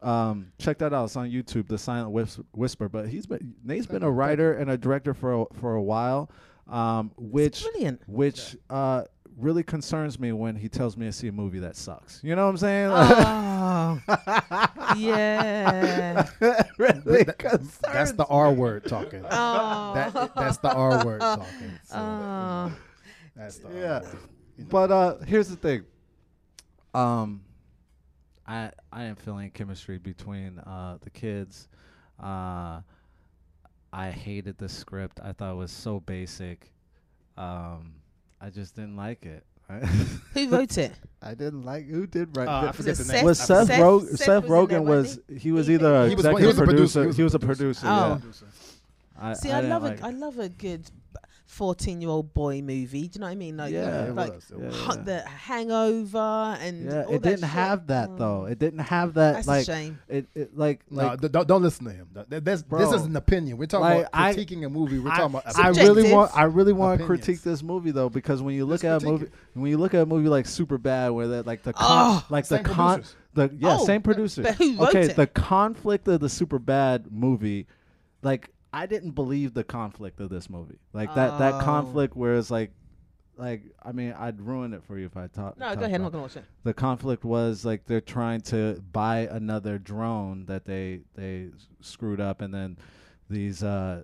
S1: Um, check that out. It's on YouTube. The silent Whis- whisper. But he's been Nate's been a writer and a director for a, for a while. Um, which
S4: brilliant.
S1: which uh really concerns me when he tells me to see a movie that sucks. You know what I'm saying?
S4: Oh. [LAUGHS] yeah.
S1: [LAUGHS] really
S3: That-
S1: concerns
S3: that's the R word talking.
S4: [LAUGHS] Oh.
S3: That, that's the R
S4: [LAUGHS]
S3: word talking. So
S4: Oh.
S3: that's the
S1: yeah
S3: R word.
S1: but uh here's the thing um i i am feeling chemistry between uh the kids uh i hated the script i thought it was so basic um i just didn't like it [LAUGHS]
S4: Who wrote it?
S1: i didn't like who did write
S3: Uh, I
S1: that
S3: forget
S4: it
S3: the name.
S1: was
S3: I
S1: Seth,
S3: forget-
S4: Seth-
S1: Rog-
S4: Seth
S1: Seth,
S4: was in there,
S1: Rogan
S4: wasn't
S1: was
S4: he?
S1: he was
S4: He-
S1: either a
S3: He was one-
S1: executive
S3: he was a
S1: producer
S3: producer, he was a
S1: he was a
S3: producer.
S1: producer
S4: Oh.
S1: yeah. I,
S4: See,
S1: I
S4: I,
S1: didn't
S4: love
S1: like
S4: a I love a good fourteen-year-old boy movie. Do you know what I mean? Like, you
S1: Yeah,
S4: know,
S1: it
S4: like
S3: was, it
S1: was.
S4: Ha- the Hangover and
S1: yeah,
S4: all
S1: it
S4: that
S1: didn't
S4: shit.
S1: have that
S4: Oh.
S1: though. It didn't have that
S4: That's a
S1: like
S4: shame.
S1: It, it like
S3: No,
S1: like
S3: d- don't, don't listen to him. That- that- that's-
S1: Bro.
S3: this is an opinion. We're talking
S1: Like, I-
S3: about critiquing a movie. We're
S1: I,
S3: talking about.
S1: I
S3: opinion.
S1: really
S4: Subjective
S1: want I really want to
S3: opinions.
S1: critique this movie though because when you look at
S3: Let's
S1: a
S3: critique
S1: movie when you look at a movie like Super Bad where that like the con,
S4: Oh.
S1: like
S3: Same
S1: the con
S3: producers.
S1: the yeah
S4: Oh,
S1: same
S4: but-
S1: producer
S4: but who wrote
S1: okay
S4: it?
S1: the conflict of the Super Bad movie like I didn't believe the conflict of this movie like that
S4: Oh.
S1: that conflict where it's like like I mean I'd ruin it for you if I talk
S4: No,
S1: talk
S4: go ahead. I'm
S1: about-
S4: not gonna watch it.
S1: the conflict was like they're trying to buy another drone that they they s- screwed up and then these uh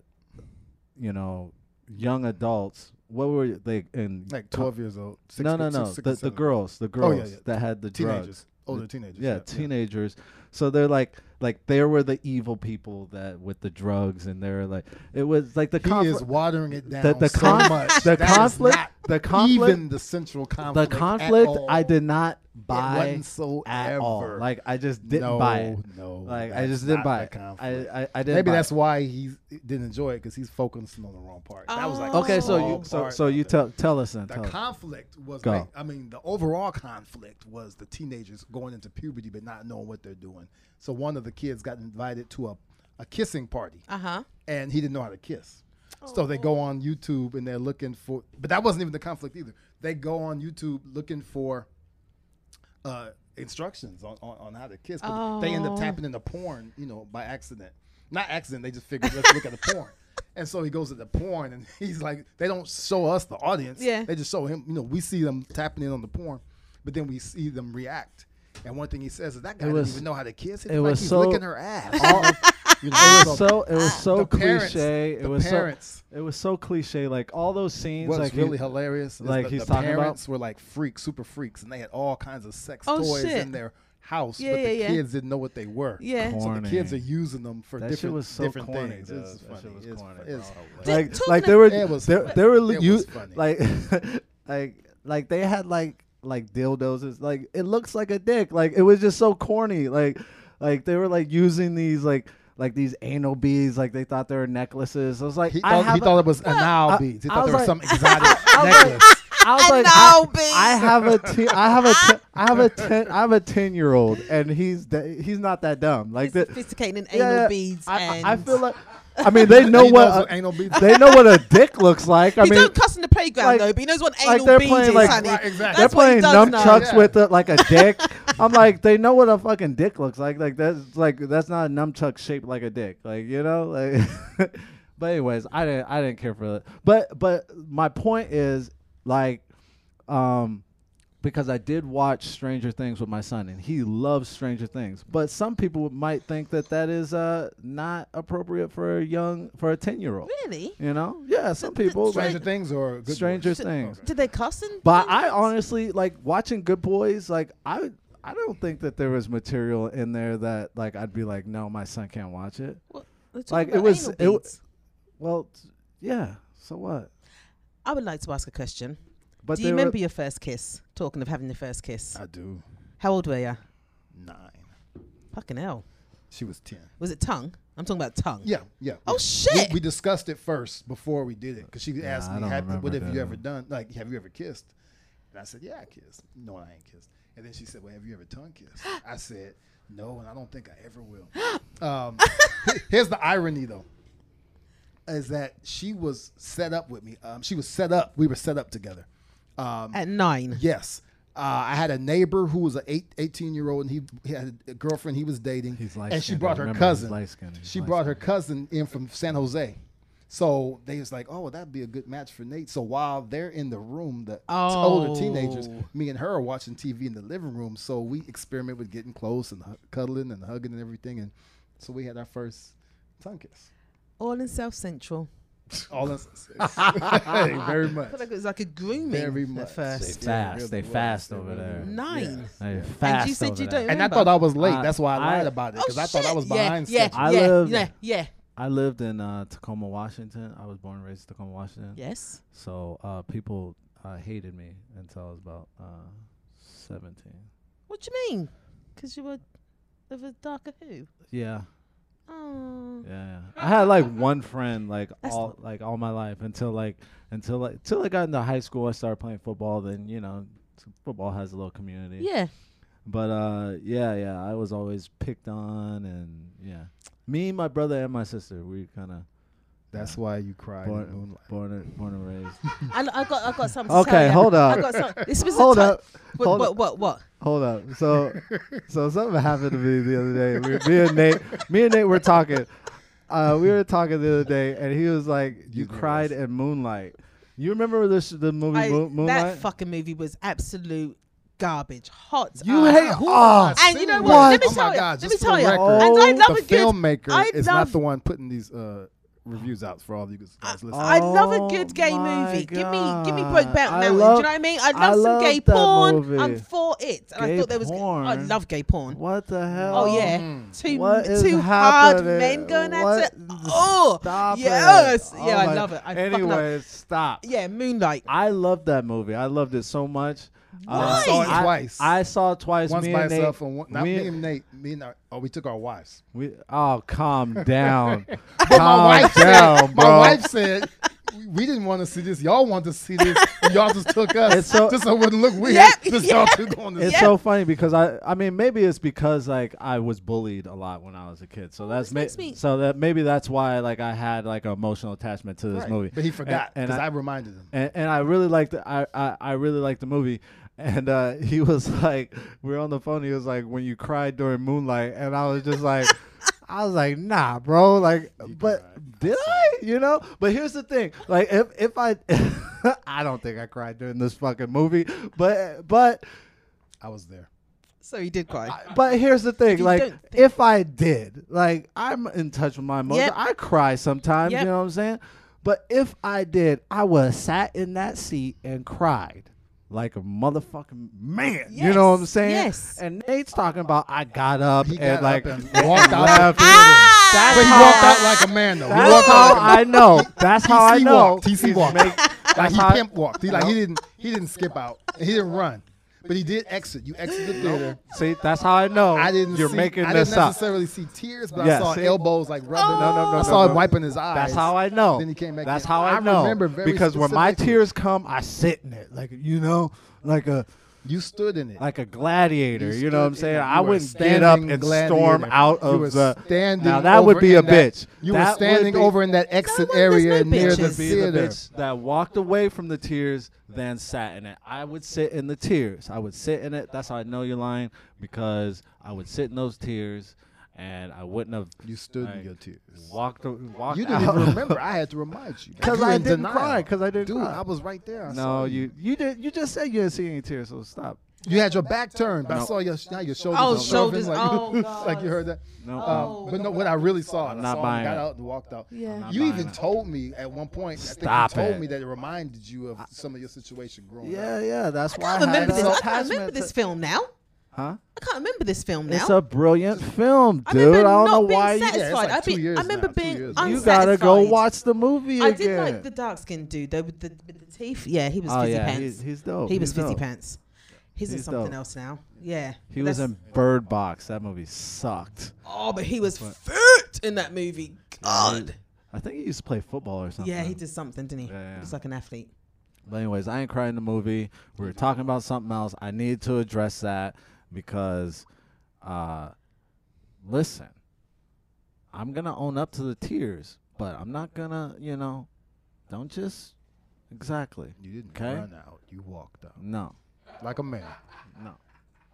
S1: you know young adults what were they in
S3: like twelve years old. Six,
S1: no no
S3: six-
S1: no
S3: six and
S1: the, the
S3: seven.
S1: girls the
S3: Oh,
S1: girls
S3: yeah, yeah.
S1: that had the drugs
S3: teenagers, older teenagers.
S1: yeah, teenagers. So they're like, like they were the evil people that with the drugs, and they're like, it was like the
S3: He
S1: conflict.
S3: is watering it down
S1: the
S3: so
S1: con-
S3: much.
S1: the
S3: That is
S1: conflict-
S3: not
S1: the conflict-
S3: even the central
S1: the
S3: conflict. at
S1: conflict
S3: all.
S1: I did not buy
S3: wasn't so
S1: at all.
S3: ever.
S1: Like I just didn't
S3: no,
S1: buy it.
S3: No,
S1: Like I
S3: that's
S1: just didn't
S3: not
S1: buy
S3: the
S1: it. I,
S3: conflict.
S1: I, I didn't.
S3: Maybe
S1: buy
S3: that's
S1: it.
S3: why he didn't enjoy it because he's focusing on the wrong part. That was like the
S1: Okay, so you
S3: small
S1: so,
S3: part
S1: so
S3: of
S1: you
S3: it.
S1: tell tell us then.
S3: The
S1: Tell us.
S3: conflict was
S1: Go.
S3: like I mean the overall conflict was the teenagers going into puberty but not knowing what they're doing. So one of the kids got invited to a, a kissing party
S4: Uh huh.
S3: and he didn't know how to kiss. So they
S4: Oh.
S3: go on YouTube and they're looking for, but that wasn't even the conflict either. They go on YouTube looking for uh, instructions on, on, on how to kiss, but they end up
S4: Oh.
S3: tapping into porn, you know, by accident. Not accident, they just figured, let's look at the
S4: [LAUGHS]
S3: porn. And so he goes to the porn and [LAUGHS] he's like, they don't show us the audience.
S4: Yeah.
S3: They just show him, you know, we see them tapping in on the porn, but then we see them react. And one thing he says is that guy
S1: was-
S3: didn't even know how to kiss. It,
S1: it
S3: like
S1: was
S3: he's
S1: so-
S3: licking her ass. [LAUGHS] You know,
S1: It was so it was so
S3: the parents-
S1: cliche.
S3: the
S1: it was
S3: parents.
S1: so it was so cliche. Like all those scenes,
S3: What's
S1: like you-
S3: really hilarious is
S1: like
S3: that
S1: he's
S3: the
S1: talking about-
S3: parents were like freaks, super freaks, and they had all kinds of sex
S4: Oh,
S3: toys
S4: shit.
S3: in their house,
S4: Yeah,
S3: but the
S4: yeah, yeah.
S3: kids didn't know what they were.
S4: Yeah.
S3: So the kids are
S1: Corny.
S3: using them for
S1: That shit
S3: different
S1: was so
S3: different
S1: corny,
S3: things.
S1: dude.
S3: It's
S1: That
S3: funny.
S1: shit was
S3: it's,
S1: corny,
S3: it's-
S1: bro.
S3: it's-
S4: Dude,
S1: like
S4: talking
S1: like they were
S3: It was
S1: they,
S3: funny.
S1: they were
S3: It
S1: you
S3: was funny.
S1: like [LAUGHS] like like they had like like dildos it's like it looks like a dick like it was just so corny like like they were like using these like like these anal beads like they thought they were necklaces I was like
S3: [LAUGHS] he
S1: I
S3: thought,
S1: have
S3: he
S1: a-
S3: thought it was anal
S1: I-
S3: beads.
S1: [LAUGHS]
S3: He
S1: I
S3: thought there
S1: was
S3: was
S1: like-
S3: some exotic
S1: was
S3: necklace.
S1: I was like
S4: Anal
S1: I,
S4: beads.
S1: I have a te- I have a te- I
S4: [LAUGHS]
S1: have a ten I have a ten year old and he's de- he's not that dumb like that
S4: Sophisticated
S1: yeah,
S4: anal
S1: yeah.
S4: beads.
S1: I, I-
S4: and
S1: I feel like
S4: [LAUGHS]
S1: I mean they know
S3: He
S1: what
S3: knows
S1: a-
S3: anal
S1: [LAUGHS]
S3: beads.
S1: they know what a dick looks like I
S4: he
S1: mean
S4: don't cuss in the playground
S1: like-
S4: though, but he knows what
S1: like
S4: anal
S1: they're
S4: beads
S1: playing,
S4: is,
S1: like-
S4: honey.
S3: Right, exactly.
S1: They're
S4: That's what he
S1: playing
S4: does know.
S1: nunchucks
S3: Yeah.
S1: with a, like a
S4: [LAUGHS]
S1: dick. I'm like, they know what a fucking dick looks like. Like that's like that's not a nunchuck shaped like a dick. Like you know. Like, [LAUGHS] but anyways, I didn't I didn't care for that. But but my point is like, um, because I did watch Stranger Things with my son, and he loves Stranger Things. But some people might think that that is uh not appropriate for a young for a ten year old.
S4: Really?
S1: You know? Yeah, some people
S3: Stranger
S1: like
S3: Things or Good
S1: Stranger
S3: Boys?
S1: Things.
S4: Did they cuss in?
S1: But I honestly like watching Good Boys. Like I, I don't think that there was material in there that like I'd be like, no, my son can't watch it.
S4: What- they're talking
S1: like, it
S4: about
S1: was-
S4: anal
S1: it w-
S4: beads.
S1: Well, t- yeah. So what?
S4: I would like to ask a question.
S1: But
S4: Do you
S1: there were- Uh,
S4: remember your first kiss? Talking of having your first kiss,
S3: I do
S4: how old were you?
S3: nine.
S4: Fucking hell.
S3: She was ten.
S4: Was it tongue? I'm talking about tongue.
S3: Yeah, yeah.
S4: Oh
S3: yeah.
S4: shit.
S3: We, we discussed it first before we did it because she
S1: Yeah,
S3: asked
S1: I
S3: me,
S1: don't
S3: have,
S1: remember
S3: "What have
S1: that.
S3: you ever done? Like, have you ever kissed?" And I said, "Yeah, I kissed." No, I ain't kissed. And then she said, "Well, have you ever tongue
S4: [GASPS]
S3: kissed?" I said, "No, and I don't think I ever will." Um, here's the irony, though, is that she was set up with me. Um, she was set up. We were set up together. Um,
S4: At nine.
S3: Yes. Uh, I had a neighbor who was an eight, 18 year old and he, he had a girlfriend he was dating.
S1: He's
S3: and she
S1: light-skinned. I
S3: brought her
S1: remember he's
S3: cousin.
S1: light-skinned. He's
S3: She brought her cousin in from San Jose. So they was like, oh, well, that'd be a good match for Nate. So while they're in the room, the t- older teenagers,
S4: Oh.
S3: me and her are watching TV in the living room. So we experiment with getting close and hu- cuddling and hugging and everything. And so we had our first tongue kiss.
S4: All in South Central.
S1: [LAUGHS]
S3: All in [LAUGHS] Hey, very much.
S4: I feel like it was like a grooming
S3: Very
S4: at
S3: much.
S1: They
S4: first.
S1: fast.
S3: really
S1: they
S3: was.
S1: fast
S3: They
S1: over
S3: really
S1: there.
S3: was.
S4: Nine.
S1: They fast
S4: And you said
S1: over
S4: you
S1: there.
S3: And
S4: don't
S3: I
S4: remember.
S3: thought I was late.
S1: I-
S3: That's why I lied
S1: I-
S3: about it
S4: Oh,
S3: because I thought I
S4: shit.
S3: was
S4: Yeah,
S3: behind
S4: yeah,
S3: schedule.
S1: I
S4: yeah,
S1: lived-
S4: Yeah, yeah.
S1: I lived in uh, Tacoma, Washington. I was born and raised in Tacoma, Washington.
S4: Yes.
S1: So uh, people uh, hated me until I was about uh, seventeen.
S4: What do you mean? 'Cause you were of a darker hue.
S1: Yeah.
S4: Oh.
S1: Yeah, yeah. I had like one friend like
S4: That's
S1: all like all my life until like until like till I got into high school. I started playing football. Then you know, s- football has a little community.
S4: Yeah.
S1: But uh, yeah, yeah. I was always picked on, and yeah. Me, my brother, and my sister. We kind of
S3: That's why you cried in
S1: born,
S3: moonlight.
S1: born, and, born and raised.
S4: I, I got I got something. to tell
S1: okay,
S4: you.
S1: hold
S4: I
S1: up,
S4: got some, This was
S1: hold
S4: a ti-
S1: up,
S4: What,
S1: hold
S4: what what what?
S1: hold up. So, so something happened to me the other day. We, me and Nate, me and Nate were talking. Uh, we were talking the other day, and he was like, "You,
S3: know
S1: cried in Moonlight." You remember this the movie
S4: I,
S1: Moon Moonlight?
S4: that fucking movie was absolute garbage. Hot.
S1: you
S4: ass.
S1: hate oh,
S4: And you know
S1: what? What?
S4: Let me
S3: oh
S4: tell
S3: my
S4: you.
S3: God,
S4: Let
S3: just
S4: me
S3: for
S4: tell
S3: the
S4: you.
S3: record,
S4: And I love
S3: the
S4: a good.
S3: filmmaker
S4: I
S3: is
S4: love-
S3: not the one putting these uh, reviews out for all you guys listening.
S4: I love a
S1: Oh
S4: good gay
S1: my
S4: movie. Give me, give me
S1: God.
S4: Brokeback
S1: I
S4: Mountain.
S1: love-
S4: Do you know what I mean? I love
S1: I
S4: some
S1: love
S4: gay
S1: that
S4: porn.
S1: movie.
S4: I'm for it. And
S1: Gay
S4: I thought there was. I
S1: porn?
S4: love gay porn.
S1: What the hell?
S4: Oh yeah, two
S1: What is
S4: two hard
S1: happening?
S4: men going
S1: What-
S4: at it. Oh
S1: Stop
S4: yes,
S1: it.
S4: yeah,
S1: Oh my-
S4: I love it. I fucking love it.
S1: Anyways, stop.
S4: yeah, Moonlight.
S1: I loved that movie. I loved it so much. Uh,
S4: Why?
S3: saw it
S1: I,
S3: twice.
S1: I saw it twice.
S3: Once
S1: me
S3: by
S1: and Nate-
S3: itself, and one, not
S1: me
S3: me,
S1: and-
S3: and Nate. Me and our, oh, we took our wives. [LAUGHS]
S1: We, oh, calm down.
S3: my
S1: calm
S3: wife
S1: down,
S3: said,
S1: bro.
S3: my wife said, we didn't want to see this. Y'all want to see this. and y'all just took us.
S1: It's so-
S3: just so it wouldn't look weird.
S4: Yep,
S3: just
S4: yeah.
S3: y'all two going to
S1: It's so funny because I I mean maybe it's because like I was bullied a lot when I was a kid. So that's
S4: this
S1: ma-
S4: makes me-
S1: so that maybe that's why like I had like an emotional attachment to this
S3: Right.
S1: movie.
S3: But he forgot
S1: And-
S3: because
S1: and
S3: I,
S1: I-
S3: reminded him.
S1: and, and I really liked the, I, I I really liked the movie. And uh, [LAUGHS] he was like, we were on the phone. He was like, when you cried during Moonlight, and I was just
S3: [LAUGHS]
S1: like, I was like, nah, bro. Like, but did I? You know. But here's the thing. Like, if if I, [LAUGHS] I don't think I cried during this fucking movie. But but
S3: I was there.
S4: So he did cry.
S1: but here's the thing,
S4: you
S1: like
S4: don't think-
S1: if I did, like I'm in touch with my emotions.
S4: Yep.
S1: I cry sometimes,
S4: Yep.
S1: you know what I'm saying? But if I did, I would have sat in that seat and cried like a motherfucking man. You know what I'm
S4: Yes,
S1: saying?
S4: yes.
S1: And Nate's talking about I got up
S3: He
S1: and
S3: got
S1: like
S3: like, up and walked out.
S1: left.
S3: the theater. but he walked out like a man though. He
S1: That's
S3: walked
S1: how
S3: out like a man.
S1: I know. That's how I
S3: TC
S1: know.
S3: walked. TC
S1: He's
S3: walked.
S1: make-
S3: Like
S1: that's
S3: he
S1: how-
S3: pimp walked. He like he didn't he didn't skip out. He didn't run. But he did exit. You exit the theater.
S1: See, that's how I know.
S3: I didn't
S1: You're
S3: see,
S1: making
S3: I
S1: this
S3: didn't
S1: up.
S3: necessarily see tears, but I
S1: Yeah,
S3: saw
S1: see?
S3: elbows like rubbing.
S1: No, no, no,
S3: I
S1: no,
S3: saw
S1: no.
S3: him wiping his eyes.
S1: That's how I know.
S3: Then he came back
S1: That's
S3: in.
S1: how I,
S3: I
S1: know.
S3: remember very
S1: because when my
S3: specifically-
S1: tears come, I sit in it, like you know, like a
S3: You stood in it.
S1: like a gladiator.
S3: You
S1: You, know what I'm
S3: stood in
S1: saying?
S3: it.
S1: I
S3: You were a
S1: wouldn't get up
S3: standing
S1: and
S3: gladiator.
S1: storm out
S3: You
S1: of
S3: were
S1: the.
S3: standing
S1: now that would
S3: over
S1: be a
S3: in that-
S1: bitch.
S3: You
S1: That
S3: were
S1: would
S3: standing
S1: be-
S3: over in that exit
S4: one- there's
S3: area
S4: no
S3: near the
S4: bitches.
S1: be the
S3: theater.
S1: bitch that walked away from the tears, then sat in it. I would sit in the tears. I would sit in it. That's how I know you're lying because I would sit in those tears, and I wouldn't have
S3: You stood in
S1: Like,
S3: your tears.
S1: walked walked
S3: You didn't
S1: out.
S3: even
S1: [LAUGHS]
S3: remember. I had to remind you
S1: 'Cause
S3: You
S1: I
S3: in
S1: didn't
S3: denial.
S1: cry, 'cause I didn't
S3: Dude,
S1: cry.
S3: I was right there. I saw
S1: No, you you did you just said you didn't see any tears, so stop.
S3: You had your back turned, but I
S1: No.
S3: saw your now your shoulders.
S4: Oh,
S3: are
S4: shoulders.
S3: Like,
S4: Oh,
S3: [LAUGHS] like you heard that.
S1: No,
S3: Um, but no, what I really saw, and I
S1: not
S3: saw him
S1: buying
S3: got
S1: it.
S3: out and walked out.
S4: Yeah. I'm
S1: not
S3: You
S1: buying
S3: even
S1: it.
S3: told me at one point. I
S1: Stop
S3: think you told
S1: it.
S3: me that it reminded you of some of your situation growing up.
S1: Yeah, yeah, that's why
S4: I can't remember
S1: had
S4: this.
S1: an
S4: I can't remember
S1: attachment
S4: this
S1: to-
S4: film now.
S1: Huh?
S4: I can't remember this film now.
S1: It's a brilliant film,
S4: I
S1: dude. I,
S4: remember
S1: don't
S4: not
S1: know
S4: being
S1: why you,
S4: satisfied.
S3: Yeah, it's like
S4: I've
S3: two
S4: been-
S3: years
S4: I remember
S3: now, two
S4: being
S3: years now.
S1: you
S4: unsatisfied.
S1: gotta go watch the movie
S4: I
S1: again.
S4: did like the dark skinned dude though with the, with the teeth. Yeah, he was
S1: oh
S4: fizzy
S1: yeah,
S4: pants.
S1: he's, he's dope.
S4: he was
S1: he's
S4: fizzy
S1: dope.
S4: pants. He's, in
S1: He's
S4: something
S1: dope.
S4: else now. Yeah.
S1: He was
S4: that's-
S1: in Bird Box. That movie sucked.
S4: Oh, but he was fit in that movie. God.
S1: I think he used to play football or something.
S4: Yeah, he did something, didn't he?
S1: Yeah, yeah.
S4: He was like an athlete.
S1: But anyways, I ain't crying in the movie. We were talking about something else. I need to address that because, uh, listen, I'm gonna own up to the tears, but I'm not gonna, you know, don't just exactly.
S3: You didn't
S1: Okay.
S3: run out. You walked out
S1: No,
S3: like a man.
S1: no,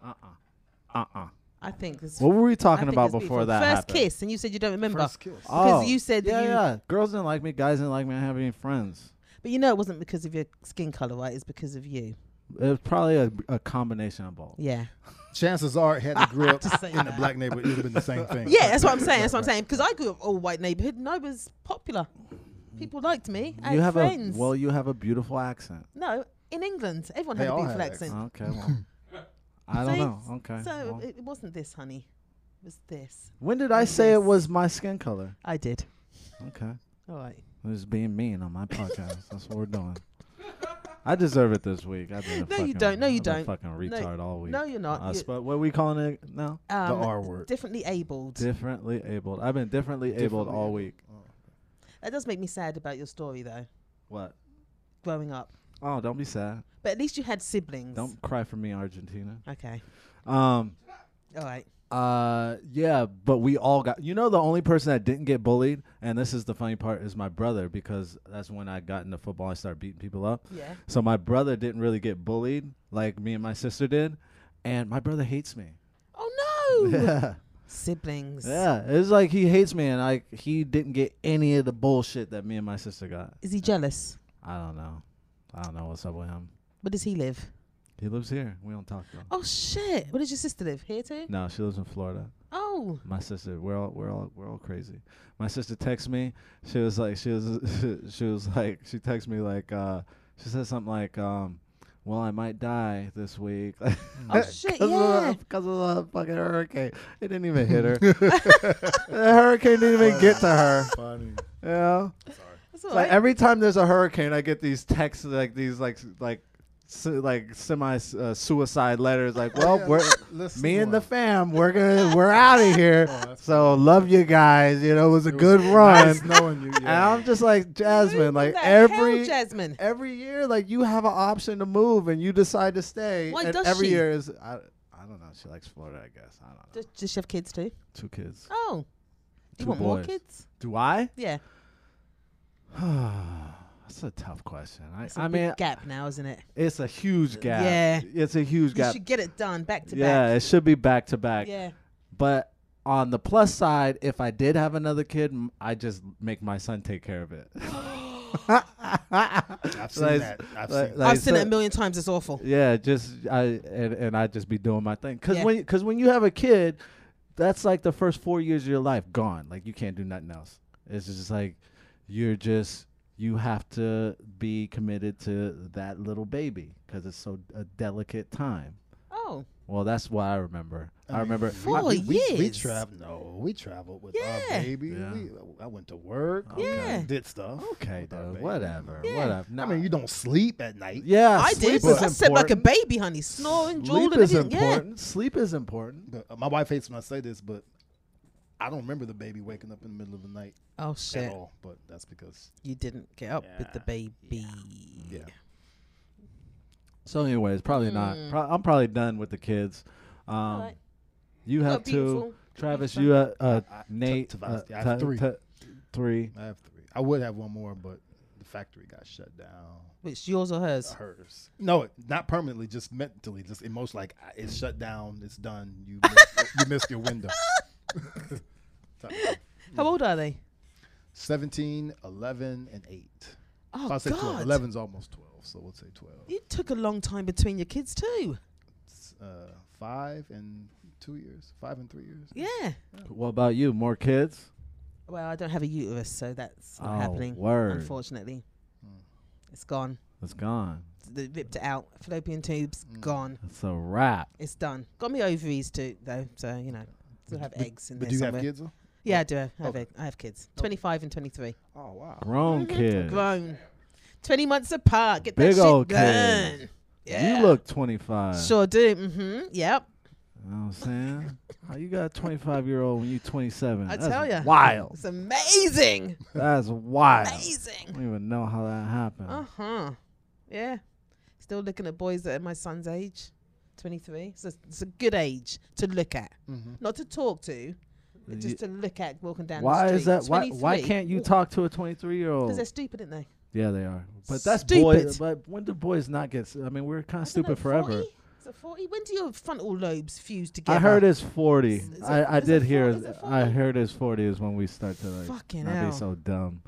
S1: uh, uh-uh. uh, uh
S4: I think this.
S1: What were we
S4: I
S1: talking
S4: think
S1: about
S4: it's beautiful.
S1: before that
S4: First
S1: happened?
S4: kiss, and you said you don't remember.
S3: First kiss.
S4: Because
S1: Oh,
S4: you said that
S1: yeah,
S4: you-
S1: yeah. Girls didn't like me. Guys didn't like me. I didn't have any friends.
S4: But you know it wasn't because of your skin color, right? It's because of you.
S1: It was probably a, a combination of both. [LAUGHS]
S4: Yeah.
S3: Chances are, had he grew up
S4: Just saying
S3: in a
S4: that.
S3: black neighborhood, it would have been the
S1: [LAUGHS]
S3: same thing.
S4: Yeah, that's what I'm saying. That's what I'm saying. Because I grew up all white neighborhood, and I was popular. People liked me. I
S1: you
S4: had
S1: have
S4: friends.
S1: a well. You have a beautiful accent.
S4: no, in England, everyone
S3: They
S4: had a
S3: all
S4: beautiful
S3: had
S4: accent.
S1: Okay, [LAUGHS] well, I don't
S4: See?
S1: know. Okay.
S4: So
S1: well.
S4: it, it wasn't this, honey. It was this.
S1: when did I
S4: it
S1: say it
S4: is.
S1: was my skin color?
S4: I did.
S1: Okay.
S4: All right.
S1: I'm just being mean on my podcast. That's what we're doing. I deserve it this week. I've been a
S4: No, you
S1: fucking-
S4: don't. No, you
S1: I've been a
S4: don't.
S1: Fucking retard all week.
S4: No, you're not.
S1: Us,
S4: You-
S1: but what we calling it now?
S4: Um,
S3: R word.
S4: Differently abled.
S1: Differently abled. I've been differently, abled
S3: Differently
S1: all
S3: abled.
S1: week.
S4: that does make me sad about your story, though.
S1: What?
S4: Growing up,
S1: Oh, don't be sad.
S4: but at least you had siblings.
S1: Don't cry for me, Argentina.
S4: Okay.
S1: Um.
S4: All right.
S1: Uh. Yeah, but we all got. You know, the only person that didn't get bullied, and this is the funny part, is my brother because that's when I got into football. I started beating people up.
S4: Yeah.
S1: So my brother didn't really get bullied like me and my sister did, and my brother hates
S4: [LAUGHS]
S1: me.
S4: Oh no.
S1: Yeah, [LAUGHS]
S4: siblings.
S1: yeah. It's like he hates me, and like he didn't get any of the bullshit that me and my sister got.
S4: Is he jealous?
S1: I don't know. I don't know what's up with him.
S4: Where does he live?
S1: He lives here. We don't talk though.
S4: Oh shit. Where does your sister live? Here too?
S1: No, she lives in Florida.
S4: Oh.
S1: My sister, we're all we're all we're all crazy. My sister texts me. She was like, she was [LAUGHS] she was like, she texts me like, uh, she said something like, um, "Well, I might die this week." [LAUGHS]
S4: Oh shit.
S1: Because
S4: Yeah.
S1: of, the- 'cause of the fucking hurricane. It didn't even hit
S4: [LAUGHS]
S1: her. [LAUGHS] the hurricane didn't even get to her.
S3: Funny.
S1: You know?
S4: That's
S1: It's
S4: all
S1: like
S4: right.
S1: every time there's a hurricane, I get these texts like these like s- like su- like semi uh, suicide letters.
S4: [LAUGHS]
S1: Like, well, we're
S3: Listen,
S1: me and the fam, we're gonna we're out
S4: [LAUGHS]
S1: of here.
S4: Oh,
S1: so love you guys. You know, it was a good run.
S3: nice knowing you.
S1: And I'm just like Jasmine. Like
S4: What the hell,
S1: every
S4: Jasmine.
S1: every year, like you have an option to move and you decide to stay.
S4: Why
S1: and
S4: does
S1: every
S4: she?
S1: year is I, I don't know. She likes Florida, I guess. I don't know.
S4: Does, does she have kids too?
S1: Two kids.
S4: Oh, you
S1: Two
S4: want more
S1: boys.
S4: kids?
S1: Do I?
S4: Yeah,
S1: That's a tough question. I,
S4: it's a
S1: I
S4: big
S1: mean,
S4: gap now, isn't it?
S1: it's a huge gap.
S4: Yeah.
S1: it's a huge
S4: You
S1: gap.
S4: should get it done back to
S1: yeah,
S4: back.
S1: it should be back to back.
S4: Yeah,
S1: But on the plus side, if I did have another kid, m- I just make my son take care of it.
S3: I've seen
S1: Like,
S3: that. I've
S1: like-
S3: seen
S1: like,
S4: I've seen it
S1: so-
S4: a million times. It's awful.
S1: Yeah, just I and, and I just be doing my thing. Cause
S4: Yeah.
S1: when cause when you have a kid, that's like the first four years of your life gone. Like you can't do nothing else. It's just like you're just you have to be committed to that little baby because it's so a delicate time.
S4: Oh,
S1: Well, that's what I remember. I,
S3: mean,
S1: remember.
S4: we- Four
S1: I-
S3: we, We, we
S4: years.
S3: traveled. No, we traveled with
S4: Oh, Yeah.
S3: our baby.
S1: Yeah.
S3: We, I went to work.
S4: Yeah.
S3: Did stuff.
S1: okay,
S3: with our
S1: dude,
S3: baby.
S1: whatever,
S4: Yeah.
S1: whatever.
S3: I mean, you don't sleep at night.
S1: yeah,
S4: I
S1: sleep
S4: did.
S1: Is
S4: I slept like a
S1: important.
S4: baby, honey, snoring,
S1: Sleep
S4: drooling.
S1: is
S4: everything. Yeah.
S1: important. Sleep is important.
S3: The- My wife hates when I say this, but I don't remember the baby waking up in the middle of the night
S4: Oh
S3: at
S4: shit!
S3: all. But that's because
S4: You didn't get up with the baby.
S3: yeah,
S1: So, anyways, probably not.
S4: Hmm.
S1: Pro- I'm probably done with the kids. Um,
S4: Alright.
S1: You
S4: Well,
S1: have two.
S4: Oh, beautiful.
S1: Travis, you uh, uh
S3: I- I-
S1: Nate,
S3: t- t-
S1: uh,
S3: I have
S1: t-
S3: three.
S1: t- three.
S3: I have three. I would have one more, but the factory got shut down.
S4: Which yours or hers?
S3: Hers. No, not permanently. Just mentally. Just emotionally. Like I- it's shut down. It's done. You
S4: [LAUGHS]
S3: you missed your window. [LAUGHS]
S4: How old are they?
S3: 17, 11, and 8.
S4: Oh
S3: so I say 12.
S4: God!
S3: 11's almost 12, so we'll say 12.
S4: You took a long time between your kids too.
S3: It's, uh, five and two years, five and three years.
S4: Yeah.
S1: What about you? More kids?
S4: Well, I don't have a uterus, so that's not
S1: Oh,
S4: happening.
S1: word.
S4: Unfortunately,
S3: Hmm.
S4: it's gone.
S1: It's gone.
S4: They ripped it out. Fallopian tubes
S3: Hmm.
S4: gone.
S1: It's a wrap.
S4: It's done. Got me ovaries too, though. So you know, still have eggs in
S3: But
S4: there
S3: do you
S4: somewhere.
S3: have kids? Though?
S4: Yeah, I do. I have,
S3: Okay.
S4: egg- I have kids. Twenty-five and twenty-three.
S3: Oh, wow.
S1: Grown kids.
S4: Mm-hmm. Grown. Twenty months apart. Get
S1: Big
S4: that shit
S1: old
S4: done.
S1: kids.
S4: Yeah.
S1: You look 25.
S4: Sure do. Mm-hmm. Yep.
S1: You know what I'm saying? How you got a 25 year old when you 27?
S4: I
S1: That's
S4: tell ya.
S1: Wild.
S4: It's amazing. [LAUGHS]
S1: That's wild. I
S4: Amazing.
S1: don't even know how that happened.
S4: Uh huh. Yeah. Still looking at boys that are my son's age, 23. So it's, it's a good age to look at,
S3: Mm-hmm.
S4: not to talk to, but just to look at walking down
S1: why
S4: the street.
S1: is that? Why, why
S4: 23.
S1: can't you
S4: Ooh,
S1: talk to a 23 year old?
S4: Because they're stupid, aren't they?
S1: Yeah, they are. But that's boys.
S4: Stupid.
S1: But when do boys not get? s- I mean, we're kind of
S4: I don't know,
S1: stupid forever.
S4: 40? Is it 40? When do your frontal lobes fuse together?
S1: I heard it's 40.
S4: Is
S1: I,
S4: it-
S1: I
S4: is it
S1: did
S4: four-
S1: hear.
S4: is it
S1: I
S4: 40?
S1: heard it's 40 is when we start to like
S4: Fucking
S1: not
S4: hell.
S1: be so dumb.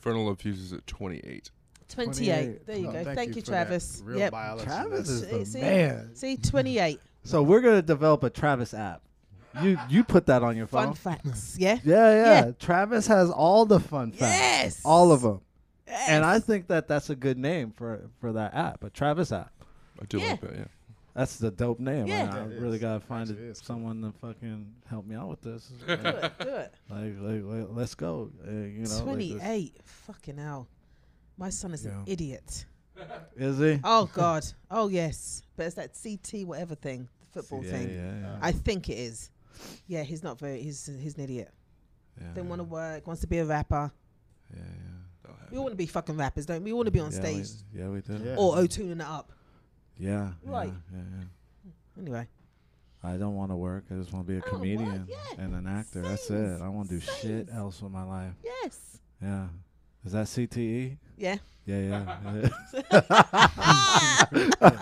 S2: Frontal lobe fuses at 28.
S4: 28.
S1: 28.
S4: There you
S3: Oh,
S4: go. Thank, you,
S3: for that
S4: Travis.
S3: Real
S4: yep.
S3: biology.
S1: Travis
S3: That's-
S1: is the
S4: See- see?
S1: man. [LAUGHS]
S4: See, 28.
S1: So we're gonna develop a Travis app. You you put that on your
S4: Fun
S1: phone.
S4: facts. Yeah.
S1: yeah, yeah,
S4: Yeah.
S1: Travis has all the fun facts.
S4: Yes.
S1: All of them.
S4: Yes.
S1: And I think that that's a good name for for that app, a Travis app.
S2: I do
S4: Yeah.
S2: like that, yeah.
S1: That's the dope name.
S4: Yeah.
S1: I, I
S3: That
S1: really
S3: is.
S1: gotta find
S3: Actually
S1: it,
S3: is cool.
S1: someone to fucking help me out with
S4: [LAUGHS]
S1: this.
S4: do
S1: [LAUGHS]
S4: it. Do it.
S1: like, like, like let's go. Uh, you know, like this-
S4: 28. Fucking hell. My son is an
S2: Yeah.
S4: idiot.
S1: is he?
S4: Oh, God. Oh, yes. But it's that CT whatever thing, the football
S1: yeah,
S4: thing.
S1: yeah, yeah.
S4: I think it is. Yeah, he's not very, he's, he's an idiot.
S1: Yeah,
S4: Don't want to work, wants to be a rapper.
S1: yeah,
S2: That'll happen.
S4: We all want to be fucking rappers, don't we? We want to be on
S1: yeah.
S4: stage
S1: We, yeah, we do.
S3: Yeah.
S4: or oh tuning it up.
S1: Yeah.
S4: Right.
S1: Yeah, yeah, yeah.
S4: Anyway.
S1: I don't want to work. I just want to be a
S4: I don't wanna-
S1: comedian
S4: yeah,
S1: and an actor. That's
S4: same,
S1: it. I want to do shit
S4: same.
S1: else with my life.
S4: Yes.
S1: Yeah. Is that CTE?
S4: Yeah. [LAUGHS]
S1: Yeah, yeah. [LAUGHS]
S4: [LAUGHS]
S1: oh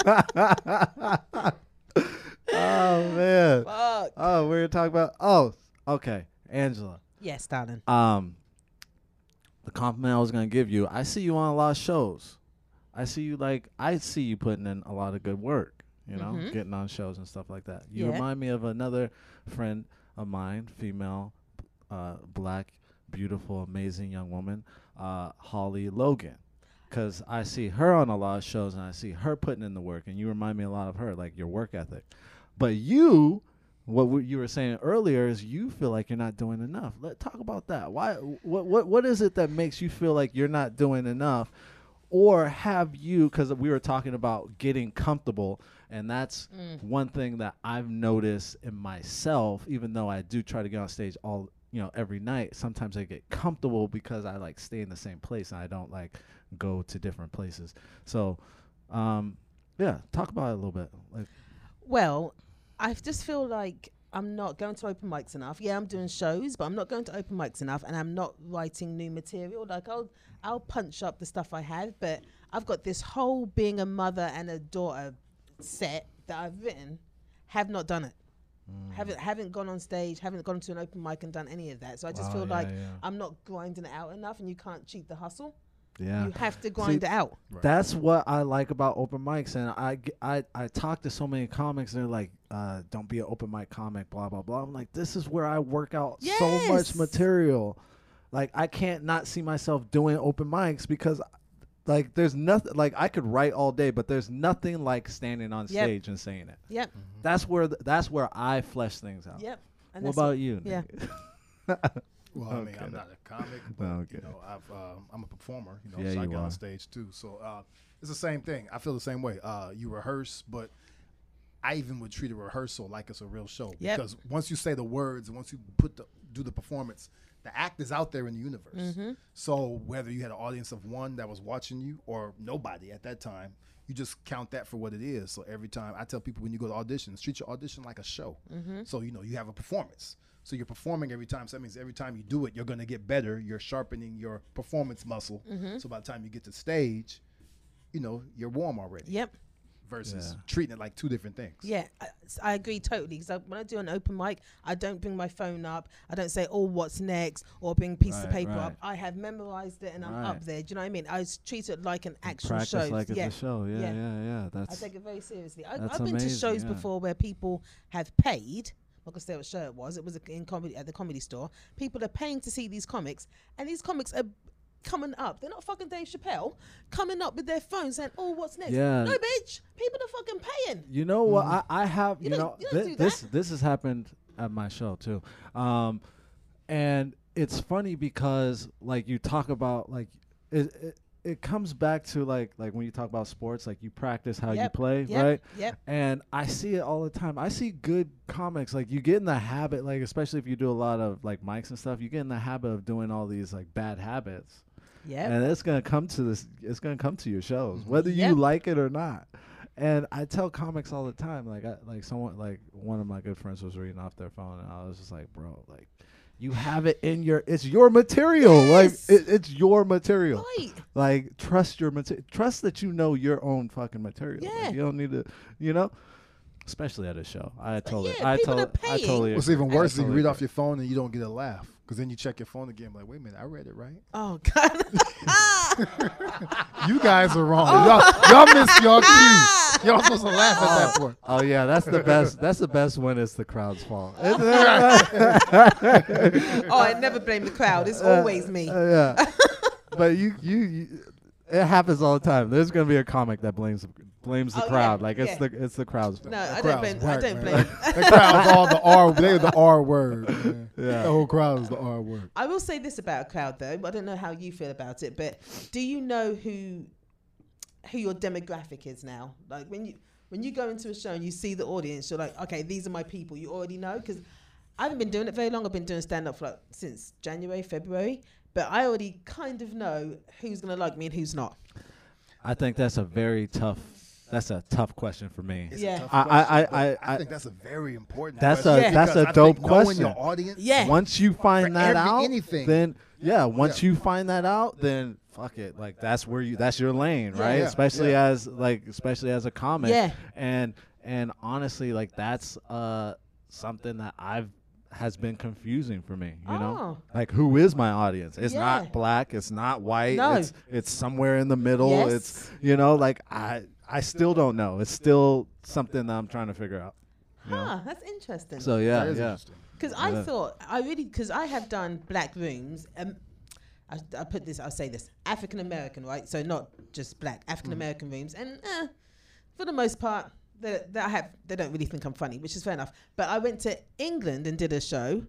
S1: man.
S4: Fuck.
S1: Oh, we were talking about. Oh, okay, Angela.
S4: Yes, darling.
S1: um the compliment I was gonna give you. I see you on a lot of shows. I see you like I see you putting in a lot of good work. You know,
S4: Mhm.
S1: getting on shows and stuff like that. You
S4: Yeah.
S1: remind me of another friend of mine, female, uh, black, beautiful, amazing young woman, uh, Holly Logan. Cause I see her on a lot of shows and I see her putting in the work, and you remind me a lot of her, like your work ethic. But you, what w- you were saying earlier is you feel like you're not doing enough. Let talk about that. Why? What? What? What is it that makes you feel like you're not doing enough? or have you because we were talking about getting comfortable and that's one thing that i've noticed in myself even though i do try to get on stage all you know every night sometimes i get comfortable because i like stay in the same place and i don't like go to different places so um yeah talk about it a little bit like
S4: Well, I just feel like I'm not going to open mics enough. Yeah, I'm doing shows, but I'm not going to open mics enough, and I'm not writing new material. Like I'll I'll punch up the stuff I have, but I've got this whole being a mother and a daughter set that I've written, have not done it.
S1: Mm.
S4: Haven't haven't gone on stage, haven't gone to an open mic and done any of that. So I just
S1: Wow,
S4: feel
S1: yeah,
S4: like
S1: yeah.
S4: I'm not grinding it out enough, and you can't cheat the hustle.
S1: yeah
S4: You have to grind it out.
S1: That's what I like about open mics, and I, g- I I talk to so many comics, and they're like, uh, "Don't be an open mic comic," blah blah blah. I'm like, this is where I work out so much
S4: Yes.
S1: material. Like, I can't not see myself doing open mics because, like, there's nothing. Like, I could write all day, but there's nothing like standing on
S4: Yep.
S1: stage and saying it.
S4: Yep,
S1: That's where th- that's where I flesh things out.
S4: yep. And
S1: What
S4: that's it.
S1: about you?
S4: Yeah.
S1: nigga?
S3: Well, I mean,
S1: Okay.
S3: I'm not a comic, but
S1: Okay.
S3: you know, I've, um I'm a performer. You know,
S1: Yeah,
S3: so I
S1: you
S3: get
S1: are.
S3: on stage too. So uh, it's the same thing. I feel the same way. Uh, you rehearse, but I even would treat a rehearsal like it's a real show
S4: Yep.
S3: because once you say the words and once you put the do the performance, the act is out there in the universe. So whether you had an audience of one that was watching you or nobody at that time, you just count that for what it is. So every time I tell people when you go to auditions, treat your audition like a show. So you know you have a performance. So you're performing every time. So that means every time you do it, you're going to get better. You're sharpening your performance muscle. So by the time you get to stage, you know you're warm already.
S4: Yep.
S3: Versus treating it like two different things.
S4: Yeah, I, s- I agree totally. Because when I do an open mic, I don't bring my phone up. I don't say, "Oh, what's next?" or bring a piece of
S1: Right,
S4: paper
S1: right.
S4: up. I have memorized it and I'm
S1: Right.
S4: up there. Do you know what I mean? I s- treat it like an actual
S1: Practice
S4: show.
S1: like
S4: yeah,
S1: it's a show. Yeah, yeah,
S4: yeah.
S1: yeah.
S4: I
S1: That's
S4: take it very seriously. I,
S1: That's
S4: I've been to
S1: amazing,
S4: shows
S1: yeah.
S4: before where people have paid. Like I say, what show it was? It was in comedy at the comedy store. People are paying to see these comics, and these comics are coming up. They're not fucking Dave Chappelle coming up with their phones saying, "Oh, what's next?"
S1: Yeah.
S4: No, bitch. People are fucking paying.
S1: You know what? I, I have. You,
S4: Mm-hmm. You don't-
S1: know
S4: you don't
S1: thi-
S4: do that.
S1: this this has happened at my show too, um, and it's funny because like you talk about like it, it it comes back to like like when you talk about sports like you practice how you
S4: Yep,
S1: play
S4: yep,
S1: right
S4: yep.
S1: and I see it all the time. I see good comics like you get in the habit like especially if you do a lot of like mics and stuff you get in the habit of doing all these like bad habits [LAUGHS]
S4: Yeah.
S1: and it's gonna come to this. It's gonna come to your shows, whether
S4: Mm-hmm. Yep.
S1: you like it or not. And I tell comics all the time, like, I, like someone, like one of my good friends was reading off their phone, and I was just like, bro, like, you have it in your, it's your material,
S4: Yes.
S1: like, it, it's your material,
S4: Right.
S1: like, trust your material, trust that you know your own fucking material. Like,
S4: Yeah.
S1: you don't need to, you know, especially at a show. I totally,
S4: yeah,
S1: I
S4: people
S1: totally,
S4: are
S1: I
S4: paying.
S1: totally.
S3: What's
S1: agree.
S3: even
S1: I
S3: worse is you
S1: totally
S3: read
S1: agree.
S3: off your phone and you don't get a laugh because then you check your phone again. Like, wait a minute, I read it right.
S4: Oh God! [LAUGHS]
S3: You guys are wrong.
S4: Oh.
S3: Y'all, y'all missed
S4: [LAUGHS]
S3: your cue. Y'all supposed to laugh at that point.
S1: Oh yeah, that's the best. That's the best when it's the crowd's
S4: [LAUGHS]
S1: fault. Isn't it?
S4: oh, I never blame the crowd. It's always me.
S1: Uh,
S4: [LAUGHS]
S1: yeah. but you, you, you, it happens all the time. There's gonna be a comic that blames blames the
S4: Oh, yeah,
S1: crowd. Like it's
S4: yeah.
S1: the it's the crowd's. fault.
S4: No, I don't blame. I don't blame.
S3: The crowd's all the R. They the R word. man.
S1: Yeah.
S3: The whole crowd is the R word.
S4: I will say this about a crowd though. I don't know how you feel about it, but do you know who who your demographic is now? Like when you when you go into a show and you see the audience, you're like, okay, these are my people. You already know because I haven't been doing it very long. I've been doing stand up for like since January, February, but I already kind of know who's gonna like me and who's not.
S1: I think that's a very tough. That's a tough question for me.
S4: It's a Yeah. tough
S1: I, I,
S3: But
S1: I, I,
S3: I,
S1: I,
S3: think that's a very important.
S1: That's
S3: question
S4: a- Yeah.
S1: that's
S3: because
S1: a
S3: I
S1: dope
S3: think knowing
S1: question.
S3: Your audience.
S4: Yeah.
S1: once you find that
S3: every-
S1: out,
S3: anything.
S1: then yeah, once you find that out, then fuck it. Like that's where you that's your lane, right?
S3: Yeah.
S1: especially
S3: Yeah.
S1: as like especially as a comic.
S4: Yeah.
S1: And and honestly, like that's uh something that I've has been confusing for me, you know?
S4: Oh.
S1: Like who is my audience? It's
S4: Yeah.
S1: not black, it's not white,
S4: No.
S1: it's it's somewhere in the middle.
S4: Yes.
S1: It's you know, like I I still don't know. It's still something that I'm trying to figure out.
S4: Huh, that's interesting.
S1: So yeah,
S3: That is
S1: yeah.
S3: interesting.
S4: Because I thought I really because I have done black rooms. Um, I, I put this. I'll say this: African American, right? So not just black
S1: Mm.
S4: African American rooms, and eh, for the most part, they, they I have they don't really think I'm funny, which is fair enough. But I went to England and did a show,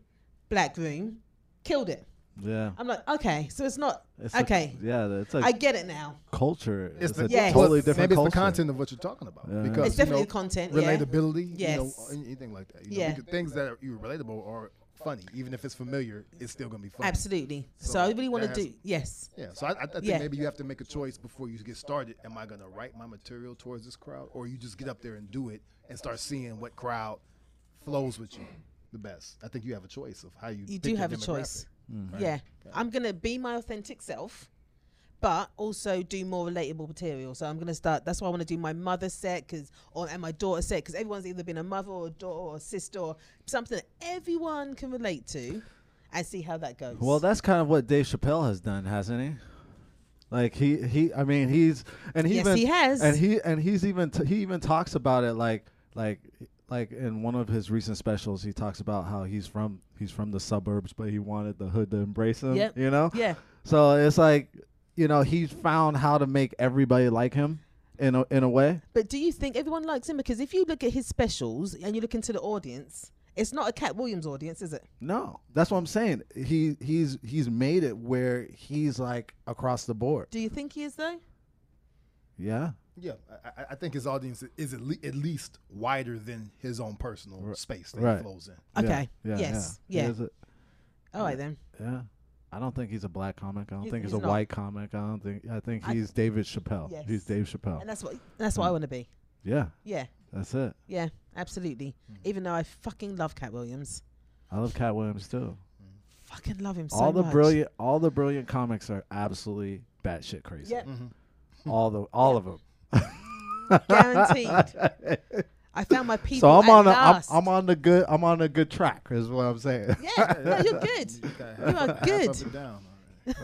S4: black room, killed it.
S1: Yeah.
S4: I'm like, okay, so it's not
S1: It's a-
S4: okay.
S1: yeah, it's a
S4: I get it now.
S1: culture. It's,
S3: It's the-
S1: a
S4: Yes.
S1: totally
S3: Well,
S1: different
S3: Maybe
S1: culture.
S3: it's the content of what you're talking about
S1: Yeah.
S3: because
S4: It's definitely
S3: you
S4: the
S3: know,
S4: content. yeah.
S3: relatability.
S4: Yes.
S3: You know, anything like that. You
S4: Yeah.
S3: Know, because things that are you relatable are funny, even if it's familiar, it's still gonna be funny.
S4: Absolutely. So,
S3: So
S4: I really want
S3: that
S4: to
S3: has-
S4: do yes.
S3: Yeah, so I, I think
S4: Yeah.
S3: maybe you have to make a choice before you get started. Am I going to write my material towards this crowd, or you just get up there and do it and start seeing what crowd flows with you the best? I think you have a choice of how you.
S4: You
S3: pick
S4: do
S3: your
S4: have a choice.
S3: demographic,
S1: Mm.
S3: right?
S4: Yeah. I'm going to be my authentic self, but also do more relatable material. So I'm going to start. That's why I want to do my mother set cause, or, and my daughter set because everyone's either been a mother or a daughter or a sister or something that everyone can relate to and see how that goes.
S1: Well, that's kind of what Dave Chappelle has done, hasn't he? Like he he I mean he's and he
S4: Yes,
S1: even
S4: he has.
S1: and he and he's even t- he even talks about it like like like in one of his recent specials he talks about how he's from he's from the suburbs but he wanted the hood to embrace him,
S4: Yep.
S1: you know?
S4: yeah.
S1: So it's like you know, he's found how to make everybody like him in a, in a way.
S4: But do you think everyone likes him? Because if you look at his specials and you look into the audience, it's not a Cat Williams audience, is it?
S1: No. That's what I'm saying. He he's he's made it where he's like across the board.
S4: Do you think he is though?
S1: Yeah.
S3: Yeah, I- I, I think his audience is at, le- at least wider than his own personal space that
S1: right.
S3: he flows in.
S1: Yeah,
S4: Okay.
S1: Yeah.
S4: yes.
S1: yeah. He
S4: Yeah.
S1: is a-
S4: All right then.
S1: Yeah. I don't think he's a black comic. I don't
S4: He-
S1: think he's,
S4: he's
S1: a
S4: not.
S1: white comic. I don't think. I think
S4: I-
S1: he's David Chappelle.
S4: Yes.
S1: He's Dave Chappelle.
S4: And that's what that's what I want to be.
S1: yeah,
S4: Yeah.
S1: that's it.
S4: Yeah. Absolutely. Even though I fucking love Cat Williams.
S1: I love Cat Williams too.
S4: Fucking love him so
S1: all the
S4: much.
S1: brilliant, all the brilliant comics are absolutely batshit crazy.
S4: Yep.
S1: All the, all of them.
S4: [LAUGHS] Guaranteed. I found my [LAUGHS] people.
S1: [LAUGHS] So I'm
S4: at
S1: on, a, I'm,
S4: last.
S1: I'm on the good, I'm on a good track. Is what I'm saying. [LAUGHS]
S4: Yeah. No, you're good. You are
S3: Up
S4: good.
S3: and down.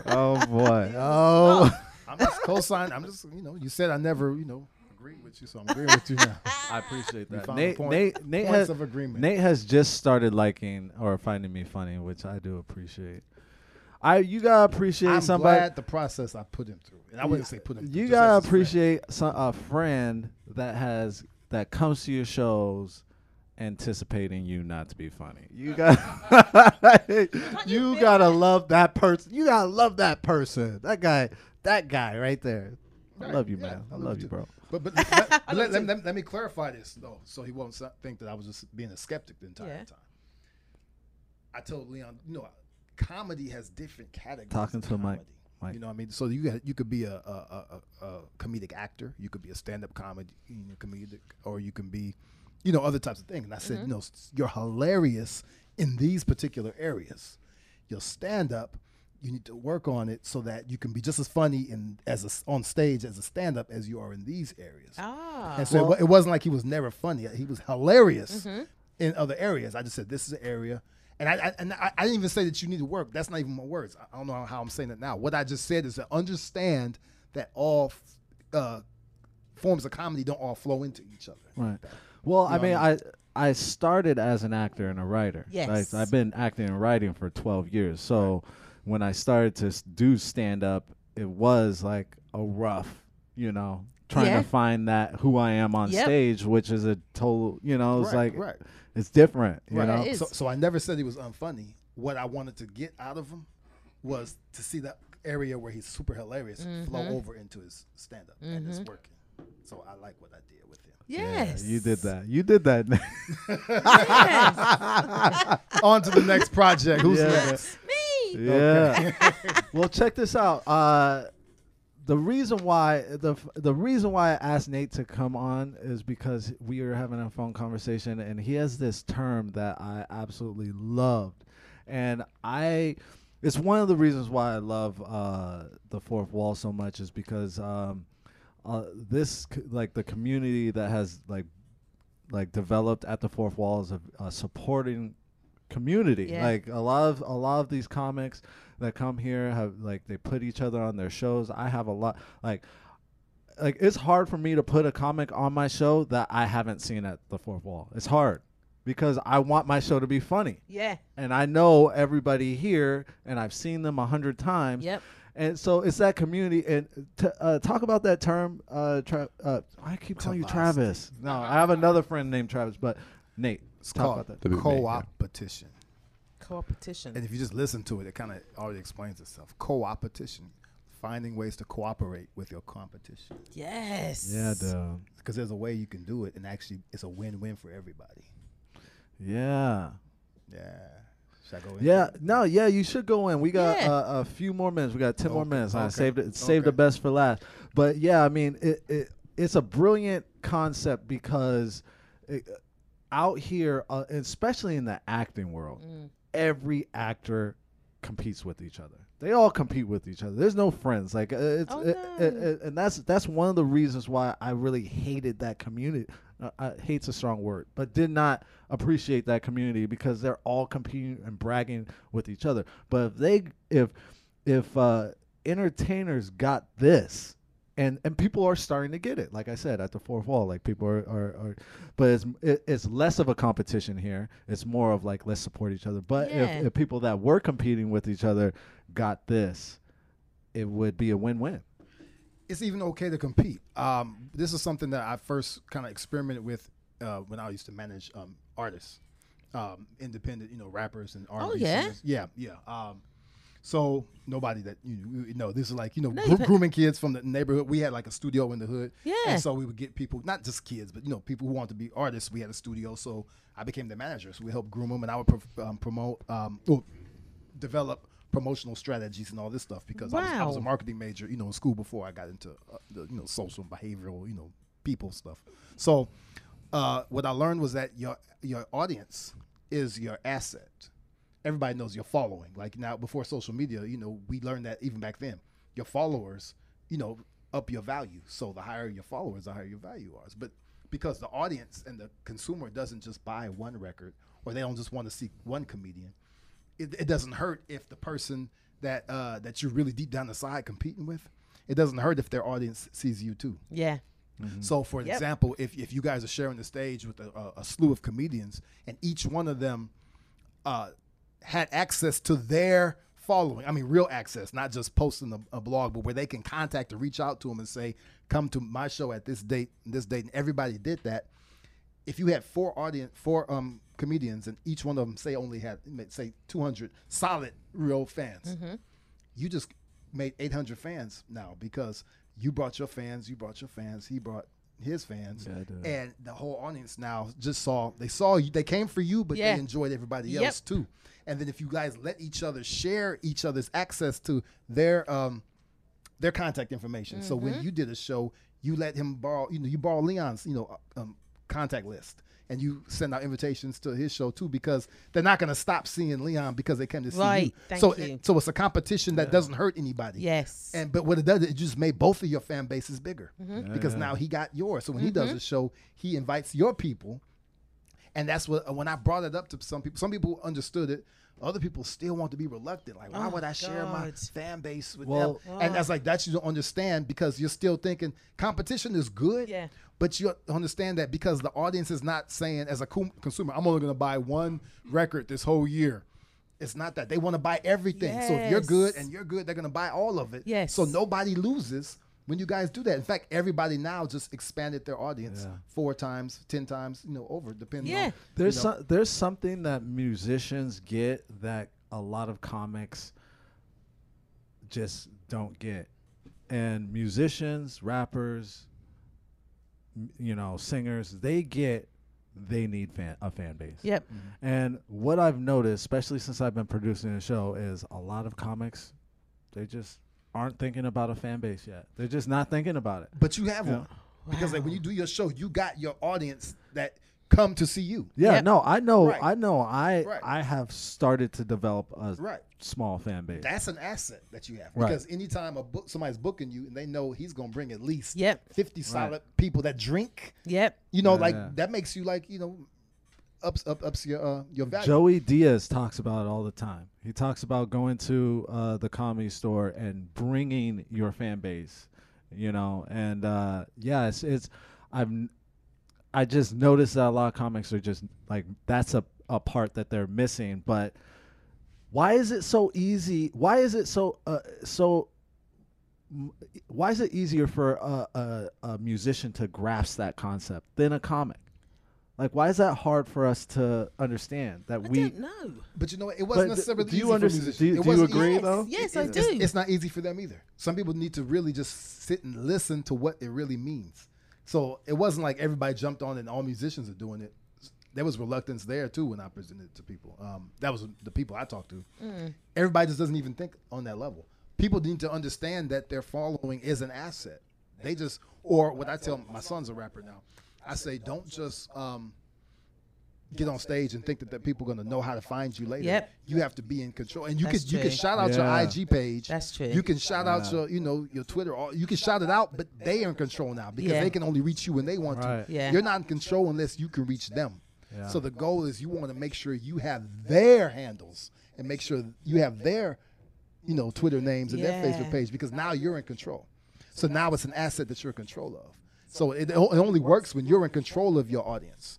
S1: oh
S4: [LAUGHS]
S1: boy. Oh,
S3: I'm just co-signing. I'm just you know. You said I never you know agreed with you, so I'm agreeing with
S1: [LAUGHS]
S3: you now.
S1: I appreciate that.
S3: found the
S1: Nate,
S3: point- [LAUGHS]
S1: Nate, Nate
S3: points
S1: has,
S3: of agreement.
S1: Nate has just started liking or finding me funny, which I do appreciate. I, you gotta appreciate
S3: I'm
S1: somebody.
S3: glad the process I put him through, and I wouldn't say put him. through,
S1: you
S3: just
S1: gotta
S3: as his friend.
S1: appreciate some, a friend that has that comes to your shows anticipating you not to be funny. You got [LAUGHS]
S4: you
S1: you,
S4: feel
S1: gotta
S4: that?
S1: love that person. You gotta love that person. That guy, that guy right there. I
S3: Right,
S1: love you,
S3: yeah,
S1: man.
S3: I
S1: I
S3: love
S1: love
S3: you
S1: you,
S3: too.
S1: bro.
S3: But but let, let- let, let, let me clarify this though, so he won't so- think that I was just being a skeptic the entire
S4: Yeah.
S3: time. I told Leon, you know, comedy has different categories.
S1: Talking
S3: of
S1: to the mic.
S3: comedy.
S1: Mic.
S3: You know what I mean? So you got, you could be a, a, a, a- a comedic actor, you could be a stand up comedy, you know, comedic, or you can be, you know, other types of things. And I said, you know, s- you're hilarious in these particular areas. Your stand up, you need to work on it so that you can be just as funny in as a s on stage as a stand up as you are in these areas.
S4: Ah.
S3: And so it wa- it, wasn't like he was never funny. He was hilarious
S4: Mm-hmm.
S3: in other areas. I just said this is an area, and I, I and I, I didn't even say that you need to work. That's not even my words. I- I don't know how, I'm saying it now. What I just said is to understand that all uh, forms of comedy don't all flow into each other.
S1: Right. Well, I
S3: know
S1: mean,
S3: what
S1: I I started as an actor and a writer.
S4: Yes.
S1: Like, I've been acting and writing for 12 years. So when I started to s- do stand up, it was like a rough, you know, trying
S4: Yeah.
S1: to find that who I am on
S4: Yep.
S1: stage, which is a total, you know, it's
S3: Right,
S1: like
S3: right.
S1: it's different, you
S3: Right.
S1: know.
S4: It is.
S3: So, so I never said he was unfunny. What I wanted to get out of him was to see that area where he's super hilarious flow
S4: Mm-hmm.
S3: over into his stand up, and it's working. So I like what I did with him.
S4: Yes.
S1: You did that. You did that. [LAUGHS] Nate.
S4: Yes.
S3: On to the next project. Who's
S1: Yeah.
S3: next?
S4: Me.
S1: Yeah. [LAUGHS] well, check this out. Uh, the reason why the f- the reason why I asked Nate to come on is because we were having a phone conversation, and he has this term that I absolutely loved, and I. It's one of the reasons why I love uh, the fourth wall so much is because um, uh, this c- like the community that has like like developed at the fourth wall is a, a supporting community
S4: Yeah.
S1: like a lot of a lot of these comics that come here have like they put each other on their shows i have a lot like like it's hard for me to put a comic on my show that i haven't seen at the fourth wall it's hard because i want my show to be funny
S4: Yeah.
S1: and I know everybody here, and I've seen them a hundred times.
S4: Yep.
S1: And so it's that community. And t- uh, talk about that term. Uh, tra- uh, I keep calling you Travis. No, I have another friend named Travis, but Nate.
S3: It's
S1: talk
S3: called
S1: about that.
S2: That'd be me, yeah.
S3: co-op petition.
S4: Cooperation.
S3: And if you just listen to it, it kind of already explains itself. Co-opetition, finding ways to cooperate with your competition,
S4: Yes.
S1: Yeah, dude.
S3: because there's a way you can do it, and actually, it's a win-win for everybody.
S1: Yeah.
S3: Yeah. Should I go? into
S1: Yeah,
S3: it?
S1: no, yeah, you should go in. We got
S4: Yeah.
S1: uh, a few more minutes. We got ten more
S3: Okay,
S1: minutes. I
S3: okay,
S1: saved it. Saved the
S3: okay.
S1: best for last. But yeah, I mean, it, it it's a brilliant concept because it, out here, uh, especially in the acting world,
S4: Mm,
S1: every actor competes with each other. They all compete with each other. There's no friends. Like uh, it's
S4: Oh,
S1: it- it-
S4: no.
S1: it- and that's that's one of the reasons why I really hated that community. Uh, I, hates a strong word, but did not appreciate that community because they're all competing and bragging with each other. But if they if if uh, entertainers got this, and and people are starting to get it. Like I said, at the fourth wall, like people are are, are but it's it, it's less of a competition here. It's more of like let's support each other. But
S4: Yeah.
S1: if, if people that were competing with each other got this, it would be a win-win.
S3: it's even okay to compete. Um, this is something that I first kind of experimented with uh, when I used to manage um, artists, um, independent, you know, rappers and artists.
S4: Oh, yeah?
S3: yeah, yeah. Um, so nobody that you know, you know, this is like you know,
S4: No,
S3: gro-
S4: you've had-
S3: grooming kids from the neighborhood. We had like a studio in the hood,
S4: Yeah.
S3: And so we would get people, not just kids, but you know, people who wanted to be artists. We had a studio, so I became the manager. So we helped groom them, and I would pro- um, promote, um, oh, develop promotional strategies and all this stuff because I, was, I was a
S4: Wow.
S3: marketing major, you know, in school before I got into uh, the you know social and behavioral, you know, people stuff. So uh, what I learned was that your your audience is your asset. Everybody knows your following. Like now, before social media, you know, we learned that even back then, your followers, you know, up your value. So the higher your followers, the higher your value are. But because the audience and the consumer doesn't just buy one record, or they don't just want to see one comedian it, it doesn't hurt if the person that uh, that you're really deep down inside competing with, it doesn't hurt if their audience sees you too.
S4: Yeah.
S3: So, for
S4: Yep.
S3: example, if, if you guys are sharing the stage with a, a, a slew of comedians, and each one of them uh, had access to their following, I mean, real access, not just posting a, a blog, but where they can contact or reach out to them and say, "Come to my show at this date, and this date," and everybody did that. If you had four audience, four um, comedians, and each one of them say only had say 200 solid real fans, you just made 800 fans now because you brought your fans, you brought your fans, he brought his fans,
S1: Yeah, I do.
S3: and the whole audience now just saw they saw you, they came for you, but
S4: Yeah.
S3: they [LAUGHS] enjoyed everybody
S4: Yep.
S3: else too. And then if you guys let each other share each other's access to their um their contact information, so
S4: Mm-hmm.
S3: when you did a show, you let him borrow, you know, you borrow Leon's, you know, uh, um, contact list. And you send out invitations to his show too because they're not going to stop seeing Leon because they came to see you.
S4: Right. Thank
S3: so,
S4: you.
S3: so it's a competition that doesn't hurt anybody.
S4: Yes. Mm-hmm.
S3: And but what it does, it just made both of your fan bases bigger because now he got yours. So when he does a show, he invites your people, and that's what uh, when I brought it up to some people, some people understood it. Other people still want to be reluctant. Like, why
S4: Oh,
S3: would I share my
S4: God.
S3: fan base with
S1: Well-
S3: them? And that's like that you don't understand because you're still thinking competition is good.
S4: Yeah.
S3: But you understand that because the audience is not saying, as a co- consumer, I'm only going to buy one record this whole year. It's not that they want to buy everything. So if you're good
S4: Yes.
S3: and you're good, they're going to buy all of it.
S4: Yes.
S3: So nobody loses when you guys do that. In fact, everybody now just expanded their audience four times, ten times, you know, over depending.
S4: Yeah.
S3: On,
S1: There's
S3: you know.
S1: some, there's something that musicians get that a lot of comics just don't get, and musicians, rappers, m- you know, singers, they get they need fan, a fan base.
S4: Yep.
S1: And what I've noticed, especially since I've been producing the show, is a lot of comics, they just aren't thinking about a fan base yet. They're just not thinking about it.
S3: but you have one because like when you do your show, you got your audience that come to see you.
S1: Yeah,
S4: Yep.
S1: no, I know,
S3: Right.
S1: I know, I
S3: Right.
S1: I have started to develop a
S3: Right.
S1: small fan base.
S3: That's an asset that you have
S1: Right.
S3: because anytime a book somebody's booking you and they know he's gonna bring at least
S4: Yep.
S3: fifty solid people that drink,
S4: Yep.
S3: you know,
S1: Yeah.
S3: like that makes you like you know ups up ups your uh, your value.
S1: Joey Diaz talks about it all the time. He talks about going to uh, the comedy store and bringing your fan base, you know. And uh, yeah, it's, it's I've n- I just noticed that a lot of comics are just like that's a a part that they're missing. But why is it so easy? Why is it so uh, so? m- Why is it easier for a, a, a musician to grasp that concept than a comic? Like, why is that hard for us to understand that
S4: I
S1: we?
S4: don't know.
S3: But you know what? It wasn't
S1: But
S3: necessarily
S1: do you
S3: easy
S1: understand-
S3: for musicians.
S1: do you-
S3: It
S1: do you
S3: wasn't
S1: agree,
S3: easy.
S4: Yes,
S1: though?
S4: yes,
S3: It-
S4: I
S3: it's-
S4: do.
S3: It's not easy for them either. Some people need to really just sit and listen to what it really means. So it wasn't like everybody jumped on and all musicians are doing it. There was reluctance there too when I presented it to people. Um, that was the people I talked to.
S4: Mm.
S3: Everybody just doesn't even think on that level. People need to understand that their following is an asset. They just, or what I tell my son's a rapper now. I say, don't just um, get on stage and think that, that people are going to know how to find you later.
S4: Yep.
S3: You have to be in control, and you
S4: That's
S3: can you can
S4: true.
S3: shout out
S1: Yeah.
S3: your IG page.
S4: That's true.
S3: You can shout out your you know your Twitter. All, you can shout it out, but they are in control now because
S4: Yeah.
S3: they can only reach you when they want
S1: Right.
S3: to.
S4: Yeah.
S3: You're not in control unless you can reach them.
S1: Yeah.
S3: So the goal is you want to make sure you have their handles and make sure you have their you know Twitter names and their
S4: Yeah.
S3: Facebook page because now you're in control. So now it's an asset that you're in control of. So it, it o- it only works when you're in control of your audience.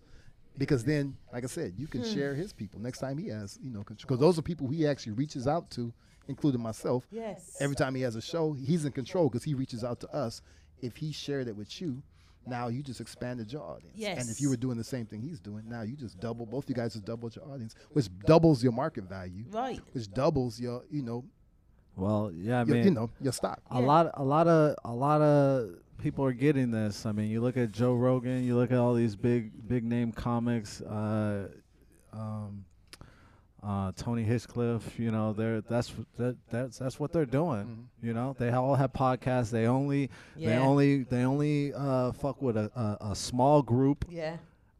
S3: Because then, like I said, you
S4: Hmm.
S3: can share his people next time he has, you know, because those are people he actually reaches out to, including myself.
S4: Yes.
S3: Every time he has a show, he's in control because he reaches out to us. If he shared it with you, now you just expanded your audience. And if you
S4: Yes.
S3: were doing the same thing he's doing, now you just double, both you guys just doubled your audience, which doubles your market value,
S4: Right.
S3: which doubles your, you know,
S1: well, yeah, I
S3: your,
S1: mean,
S3: you know, your stock.
S1: a lot, a lot of, a lot of people are getting this. I mean, you look at Joe Rogan, you look at all these big, big name comics, uh, um, uh, Tony Hinchcliffe. You know, they're that's that, that's that's what they're doing.
S3: Mm-hmm.
S1: You know, they all have podcasts. They only, they
S4: Yeah.
S1: only, they only uh, fuck with a, a, a small group.
S4: Yeah.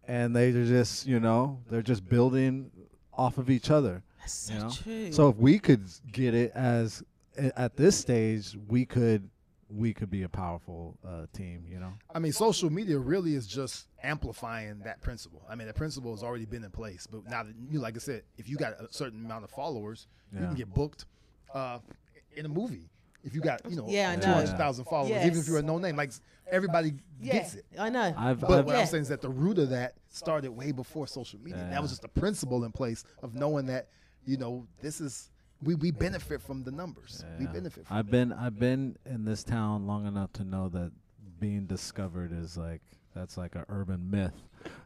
S1: and they are just you know they're just building off of each other
S4: That's so
S1: you know?
S4: true.
S1: so if we could get it as a- at this stage we could we could be a powerful uh, team you know
S3: I mean, social media really is just amplifying that principle. I mean, the principle has already been in place, but now that you, like I said, if you got a certain amount of followers, you
S1: Yeah.
S3: can get booked uh, in a movie. If you got, you know,
S4: Yeah, I know.
S3: two hundred thousand followers, even if
S4: Yes.
S3: you're a no name, like everybody
S4: yeah,
S3: gets it.
S4: I know.
S1: i've,
S3: But
S1: I've
S3: what
S4: Yeah.
S3: I'm saying is that the root of that started way before social media. That was just the principle in place of knowing that, you know, this is we, we benefit from the numbers. We
S1: yeah.
S3: benefit from
S1: i've been i've been in this town long enough to know that being discovered is like that's like an urban [LAUGHS] myth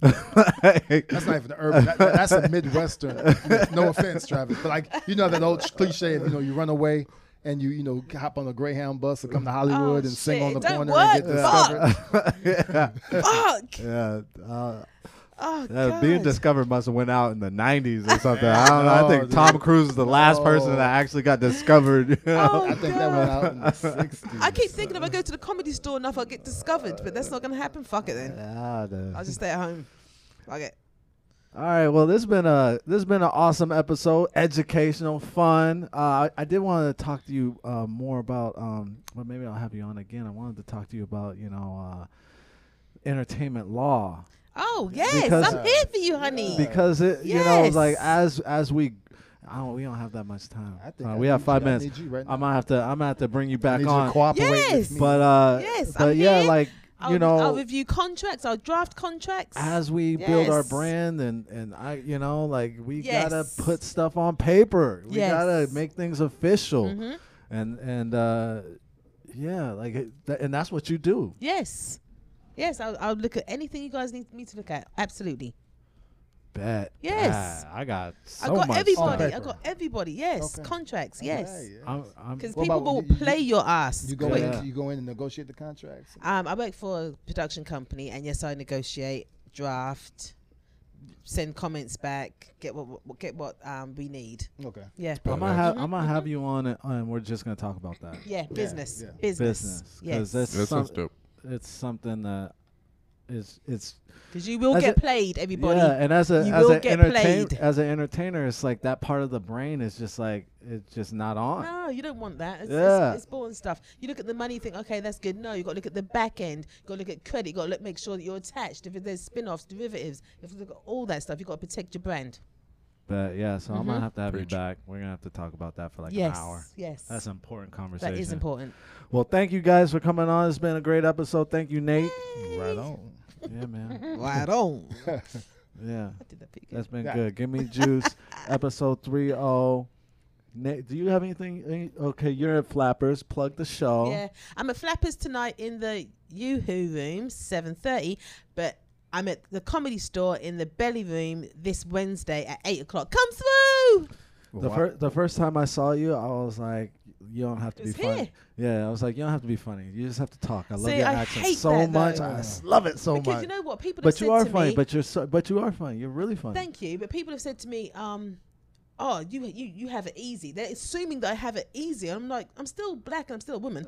S3: That's not even the urban. That, that's a Midwestern. no offense, Travis, but like you know that old cliche of you know you run away and you you know hop on a Greyhound bus or come to Hollywood
S4: Oh,
S3: and sing on the
S4: shit, don't
S3: corner and get
S4: work,
S3: discovered.
S4: Fuck.
S1: yeah uh,
S4: Oh,
S1: Uh,
S4: God.
S1: being discovered must have went out in the '90s or something. I don't know. I
S3: No,
S1: think
S3: dude.
S1: Tom Cruise is the last person
S3: No.
S1: that actually got discovered. you know? [LAUGHS]
S4: Oh,
S3: I think that went out in the '60s.
S4: I keep thinking if I go to the comedy store enough, I'll get discovered, but that's not going to happen. Fuck it then.
S1: Yeah, dude.
S4: I'll just stay at home. Fuck it.
S1: All right. Well, this has been a this has been an awesome episode, educational, fun. Uh, I, I did want to talk to you uh, more about, um, well, maybe I'll have you on again. I wanted to talk to you about, you know, uh, entertainment law.
S4: Oh, yes.
S1: Because-
S4: I'm here for you, honey.
S1: because it you know it's like as
S4: Yes.
S1: as we I don't, we don't have that much time.
S3: I think
S1: Uh,
S3: I
S1: we have
S3: need
S1: five
S3: you. I
S1: minutes.
S3: need you right
S1: I'm gonna have to I'm gonna have to bring you
S3: I
S1: back
S3: need you to
S1: on.
S3: cooperate
S4: Yes.
S3: with me.
S1: But uh
S4: Yes,
S1: but
S4: I'm
S1: yeah,
S4: here.
S1: like
S4: I'll,
S1: you know
S4: I'll review contracts. I'll draft contracts.
S1: as we build our
S4: Yes.
S1: brand and and I you know like we gotta
S4: Yes.
S1: put stuff on paper. We
S4: Yes. Mm-hmm.
S1: gotta make things official. And and uh yeah, like it- tha- and that's what you do.
S4: yes. Yes, I'll, I'll look at anything you guys need me to look at. Absolutely.
S1: Bet.
S4: Yes.
S1: Ah, I got so
S4: I got
S1: much
S4: everybody.
S1: stuff.
S4: I got everybody. Yes.
S3: Okay.
S4: Contracts. Yes.
S3: Yeah, yeah.
S1: I'm, I'm,
S4: Because
S3: What
S4: people
S3: about
S4: will
S3: you- you-
S4: play your ass.
S3: You go
S4: quick.
S1: Yeah.
S3: in, you go in and negotiate the contracts.
S4: Um, I work for a production company, and yes, I negotiate, draft, send comments back, get what, what get what um, we need.
S3: Okay.
S4: Yeah,
S1: I'm gonna have I'm gonna
S4: mm-hmm.
S1: have you on and, and we're just gonna talk about that.
S4: yeah, business,
S3: yeah.
S4: business,
S1: Business.
S4: yes,
S1: Because
S2: That sounds dope.
S1: it's something that is it's
S4: because you will
S1: as
S4: get
S1: a-
S4: played, everybody.
S1: yeah, and as a
S4: you
S1: as
S4: will
S1: an
S4: get
S1: entertain,
S4: played.
S1: as an entertainer, it's like that part of the brain is just like it's just not on.
S4: No, you don't want that. It's,
S1: Yeah.
S4: it's, it's boring stuff. You look at the money, you think, okay, that's good. No, you got to look at the back end. You got to look at credit. You got to look, make sure that you're attached. If there's spin-offs, derivatives, if you look at all that stuff, you got to protect your brand.
S1: But yeah, so I'm gonna have to have
S2: Preach.
S1: you back. We're gonna have to talk about that for like
S4: Mm-hmm. yes,
S1: an hour.
S4: yes,
S1: That's an important conversation.
S4: that is important.
S1: Well, thank you guys for coming on. It's been a great episode. Thank you,
S4: [LAUGHS]
S1: Nate.
S3: Right on.
S1: yeah, man.
S4: Right [LAUGHS] on.
S1: Yeah,
S4: I did that pretty good.
S1: that's been
S3: Yeah.
S1: good. Give
S4: [LAUGHS]
S1: me juice. episode three oh. Nate, do you have anything? any- Okay, you're at Flappers. Plug the show.
S4: Yeah, I'm at Flappers tonight in the Yoo-Hoo room, 7:30. But I'm at the comedy store in the belly room this Wednesday at eight o'clock. Come
S1: Oh
S4: through.
S1: The,
S2: Wow.
S1: fir- the first time I saw you, I was like, you don't have to be
S4: It's
S1: funny.
S4: here.
S1: Yeah, I was like, you don't have to be funny. You just have to talk. I love
S4: See,
S1: your
S4: I
S1: accent
S4: hate
S1: so
S4: that,
S1: much.
S4: though.
S1: I s- love it so
S4: because
S1: much.
S4: you know what people have
S1: but
S4: said
S1: you are
S4: to
S1: funny.
S4: me.
S1: But you're so, but you are funny. You're really funny.
S4: Thank you. But people have said to me, um, "Oh, you you you have it easy." They're assuming that I have it easy. I'm like, I'm still black and I'm still
S1: [LAUGHS]
S4: a woman.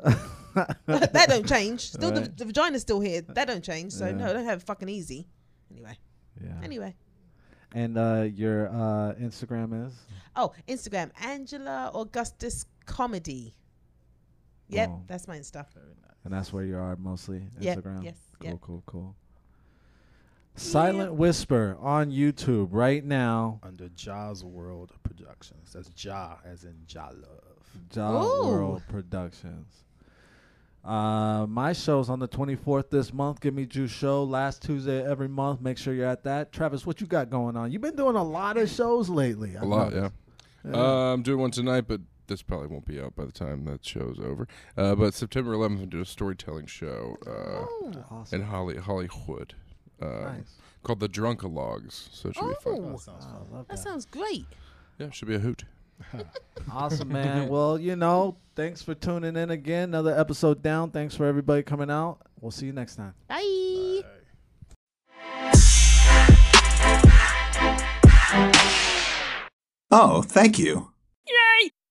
S4: that don't change. Still, the,
S1: Right.
S4: the vagina's still here. That don't change. So
S1: Yeah.
S4: no, I don't have it fucking easy. Anyway,
S1: yeah.
S4: anyway.
S1: And uh, your uh, Instagram is.
S4: Oh, Instagram, Angela Augustus Comedy. Yep,
S1: Boom.
S4: that's my Insta.
S1: And that's where you are mostly
S4: Yep,
S1: Instagram.
S4: yes,
S1: Cool,
S4: yep.
S1: cool, cool. Silent Whisper on YouTube right now.
S3: Under Jaws World Productions. That's Ja as in Ja Love.
S1: Job
S4: Ooh.
S1: World Productions. Uh, my show's on the 24th this month. Give Me Juice show last Tuesday of every month. Make sure you're at that. Travis, what you got going on? You've been doing a lot of shows lately.
S2: A lot, yeah. Uh, I'm doing one tonight, but this probably won't be out by the time that show's over. Uh, but September 11th, I'm doing a storytelling show uh,
S1: Oh,
S2: in
S1: awesome.
S2: Holly Hollywood uh,
S1: nice.
S2: called The Drunkalogs. So it should be fun.
S4: Oh,
S1: I love
S4: that
S1: that.
S4: sounds great.
S2: Yeah, should be a hoot.
S1: Awesome, man. well, you know, thanks for tuning in again. Another episode down. Thanks for everybody coming out. We'll see you next time.
S4: Bye.
S5: Oh, thank you.